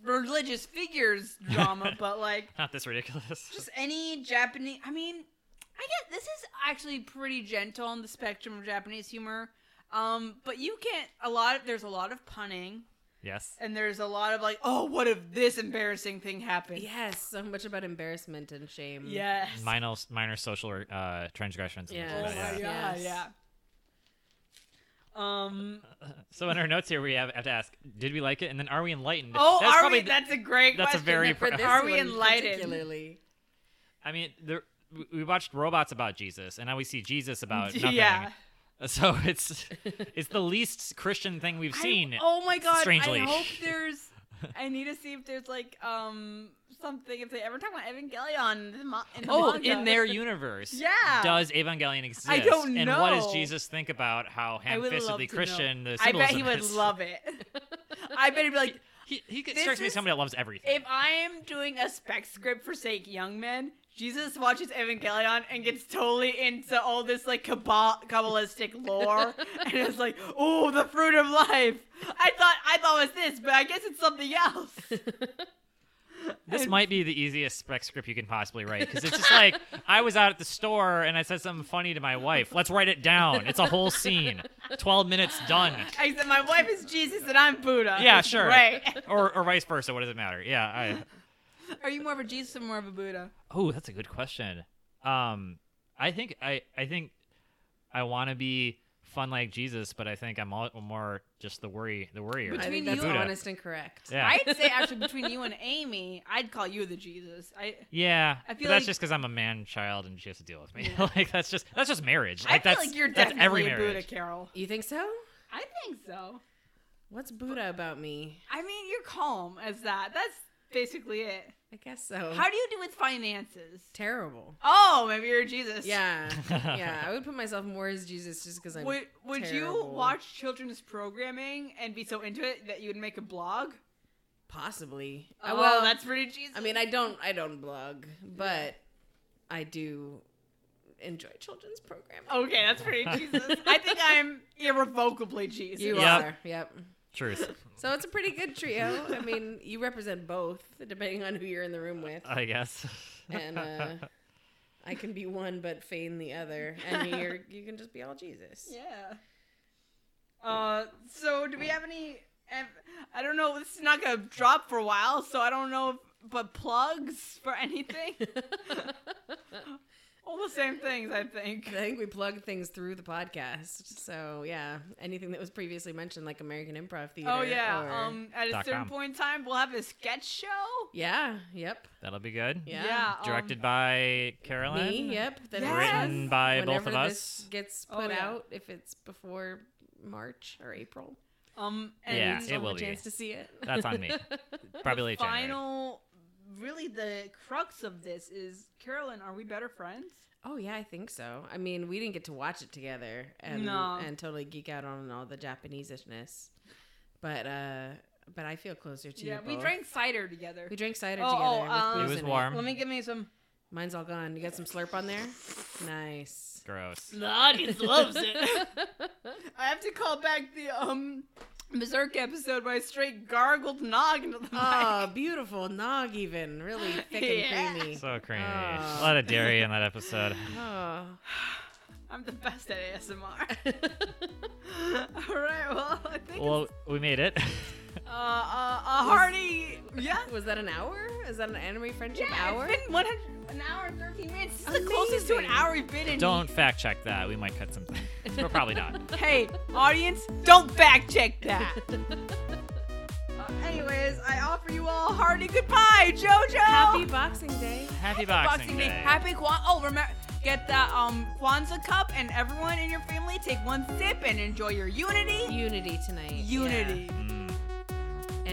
A: religious figures drama, but like
B: not this ridiculous?
A: just any Japanese. I mean, I get this is actually pretty gentle on the spectrum of Japanese humor. Um, but you can't a lot of there's a lot of punning
B: yes.
A: and there's a lot of like, oh, what if this embarrassing thing happened?
C: Yes, so much about embarrassment and shame.
A: Yes.
B: Minor minor social uh, transgressions. and things
A: Oh
B: like
A: my
B: that,
C: Yes.
B: yeah.
A: god, yeah.
C: Yes.
A: Um
B: So in our notes here, we have, have to ask: Did we like it? And then, are we enlightened?
A: Oh,
B: that's
A: are
B: probably
A: we,
B: the-
A: that's a great
B: that's a
A: question.
B: very
C: For
B: Are
C: this
A: Are we
C: one
A: enlightened?
C: Particularly.
B: I mean, there, we- we watched robots about Jesus, and now we see Jesus about nothing.
A: Yeah.
B: So it's it's the least Christian thing we've
A: I-
B: seen.
A: oh my god!
B: strangely.
A: I hope there's. I need to see if there's like um something if they ever talk about Evangelion in the, mo- in, the
B: oh,
A: manga.
B: in their universe.
A: Yeah.
B: Does Evangelion exist?
A: I don't
B: And what does
A: know.
B: Jesus think about how
A: I would love to
B: ham-fistedly
A: know.
B: Christian the
A: I bet he
B: symbolism
A: would
B: is?
A: love it. I bet he'd be like,
B: He, he
A: This
B: strikes me as
A: is-
B: somebody that loves everything.
A: if I am doing a spec script for sake young men, Jesus watches Evangelion and gets totally into all this like cabal- kabbalistic lore, and it's like, oh, the fruit of life. I thought I thought it was this, but I guess it's something else.
B: This
A: And-
B: might be the easiest spec script you can possibly write because it's just like I was out at the store and I said something funny to my wife. Let's write it down. It's a whole scene, twelve minutes done,
A: Except my wife is Jesus and I'm Buddha.
B: Yeah,
A: It's
B: sure.
A: Great.
B: or or vice versa. What does it matter? Yeah. I,
A: Are you more of a Jesus or more of a Buddha?
B: oh, that's a good question. Um, I think I I think I want to be fun like Jesus, but I think I'm all, more just the worry the worrier.
C: I
A: Between
C: think that's
A: you-
C: honest and correct.
B: yeah.
A: I'd say actually between you and Amy, I'd call you the Jesus. I
B: yeah,
A: I
B: but
A: feel
B: that's
A: like-
B: just because I'm a man child and she has to deal with me.
A: Yeah.
B: like that's just that's just marriage.
A: I
B: Like
A: feel
B: that's
A: like you're
B: that's
A: definitely
B: every
A: a
B: marriage.
A: Buddha, Carol.
C: You think so?
A: I think so.
C: What's Buddha about me?
A: I mean, you're calm as that. That's basically it.
C: I guess so.
A: How do you do with finances?
C: Terrible.
A: Oh, maybe you're Jesus.
C: Yeah. yeah. I would put myself more as Jesus just because I'm.
A: Would, would you
C: Terrible.
A: watch children's programming and be so into it that you would make a blog?
C: Possibly.
A: Oh,
C: Uh, well,
A: that's pretty Jesus.
C: I mean, I don't. I don't blog, but I do enjoy children's programming.
A: okay, that's pretty Jesus. I think I'm irrevocably Jesus.
C: you
B: Yep.
C: are. Yep.
B: Truth,
C: So it's a pretty good trio. I mean, you represent both, depending on who you're in the room with.
B: I guess.
C: And uh, I can be one, but feign the other, and you're you can just be all Jesus.
A: Yeah. Uh, so do we have any? ev- I don't know. This is not gonna drop for a while, so I don't know. If, but plugs for anything? All the same things, I
C: I
A: think.
C: think we plug things through the podcast. So yeah, anything that was previously mentioned, like American Improv Theater.
A: Oh yeah.
C: or-
A: Um, at a
B: Dot
A: certain
B: com.
A: point in time, we'll have a sketch show.
C: Yeah. Yep.
B: That'll be good.
C: Yeah.
A: um,
B: Directed by Carolyn.
C: Me. Yep. That
A: Yes.
B: Written by both
C: Whenever
B: of
C: This
B: us.
C: gets
A: Oh,
C: put
A: yeah.
C: out if it's before March or April.
A: Um. And
B: Yeah,
C: you
B: it
C: still have
B: will
C: a
B: be.
C: chance to see it.
B: That's on me. Probably late January.
A: final. Really, the crux of this is Carolyn. Are we better friends?
C: Oh yeah, I think so. I mean, we didn't get to watch it together and
A: No.
C: and totally geek out on all the Japanesishness, but uh, but I feel closer to
A: yeah.
C: you.
A: We
C: both.
A: drank cider together.
C: we drank cider
A: Oh,
C: together.
A: oh,
C: with
A: um,
C: booze
B: It was
C: in
B: warm.
A: Let me give me some.
C: Mine's all gone. You got some slurp on there. Nice.
B: Gross.
A: The audience loves it. I have to call back the um Berserk episode where I straight gargled nog into the mic.
C: oh, beautiful nog even really thick
A: Yeah.
C: and creamy.
B: So creamy.
C: Oh.
B: A lot of dairy in that episode.
C: Oh.
A: I'm the best at ASMR. All right, well, I think
B: well,
A: it's,
B: we made it.
A: uh, uh, a hearty yeah.
C: Was that an hour? Is that an anime friendship
A: Yeah,
C: hour?
A: it's been 100, an hour and 13 minutes. This is the closest to an
C: Amazing.
A: hour we've been in.
B: don't fact check that. We might cut something. but probably not.
A: Hey, audience, don't fact check that. All Uh, Anyways, I offer you all a hearty goodbye, JoJo.
C: Happy Boxing Day.
B: Happy
A: Boxing,
B: Boxing,
A: Day. Happy Kwan. Oh, remember, get the um Kwanzaa cup, and everyone in your family take one sip and enjoy your unity.
C: Unity tonight.
A: Unity.
B: Mm.
C: Yeah.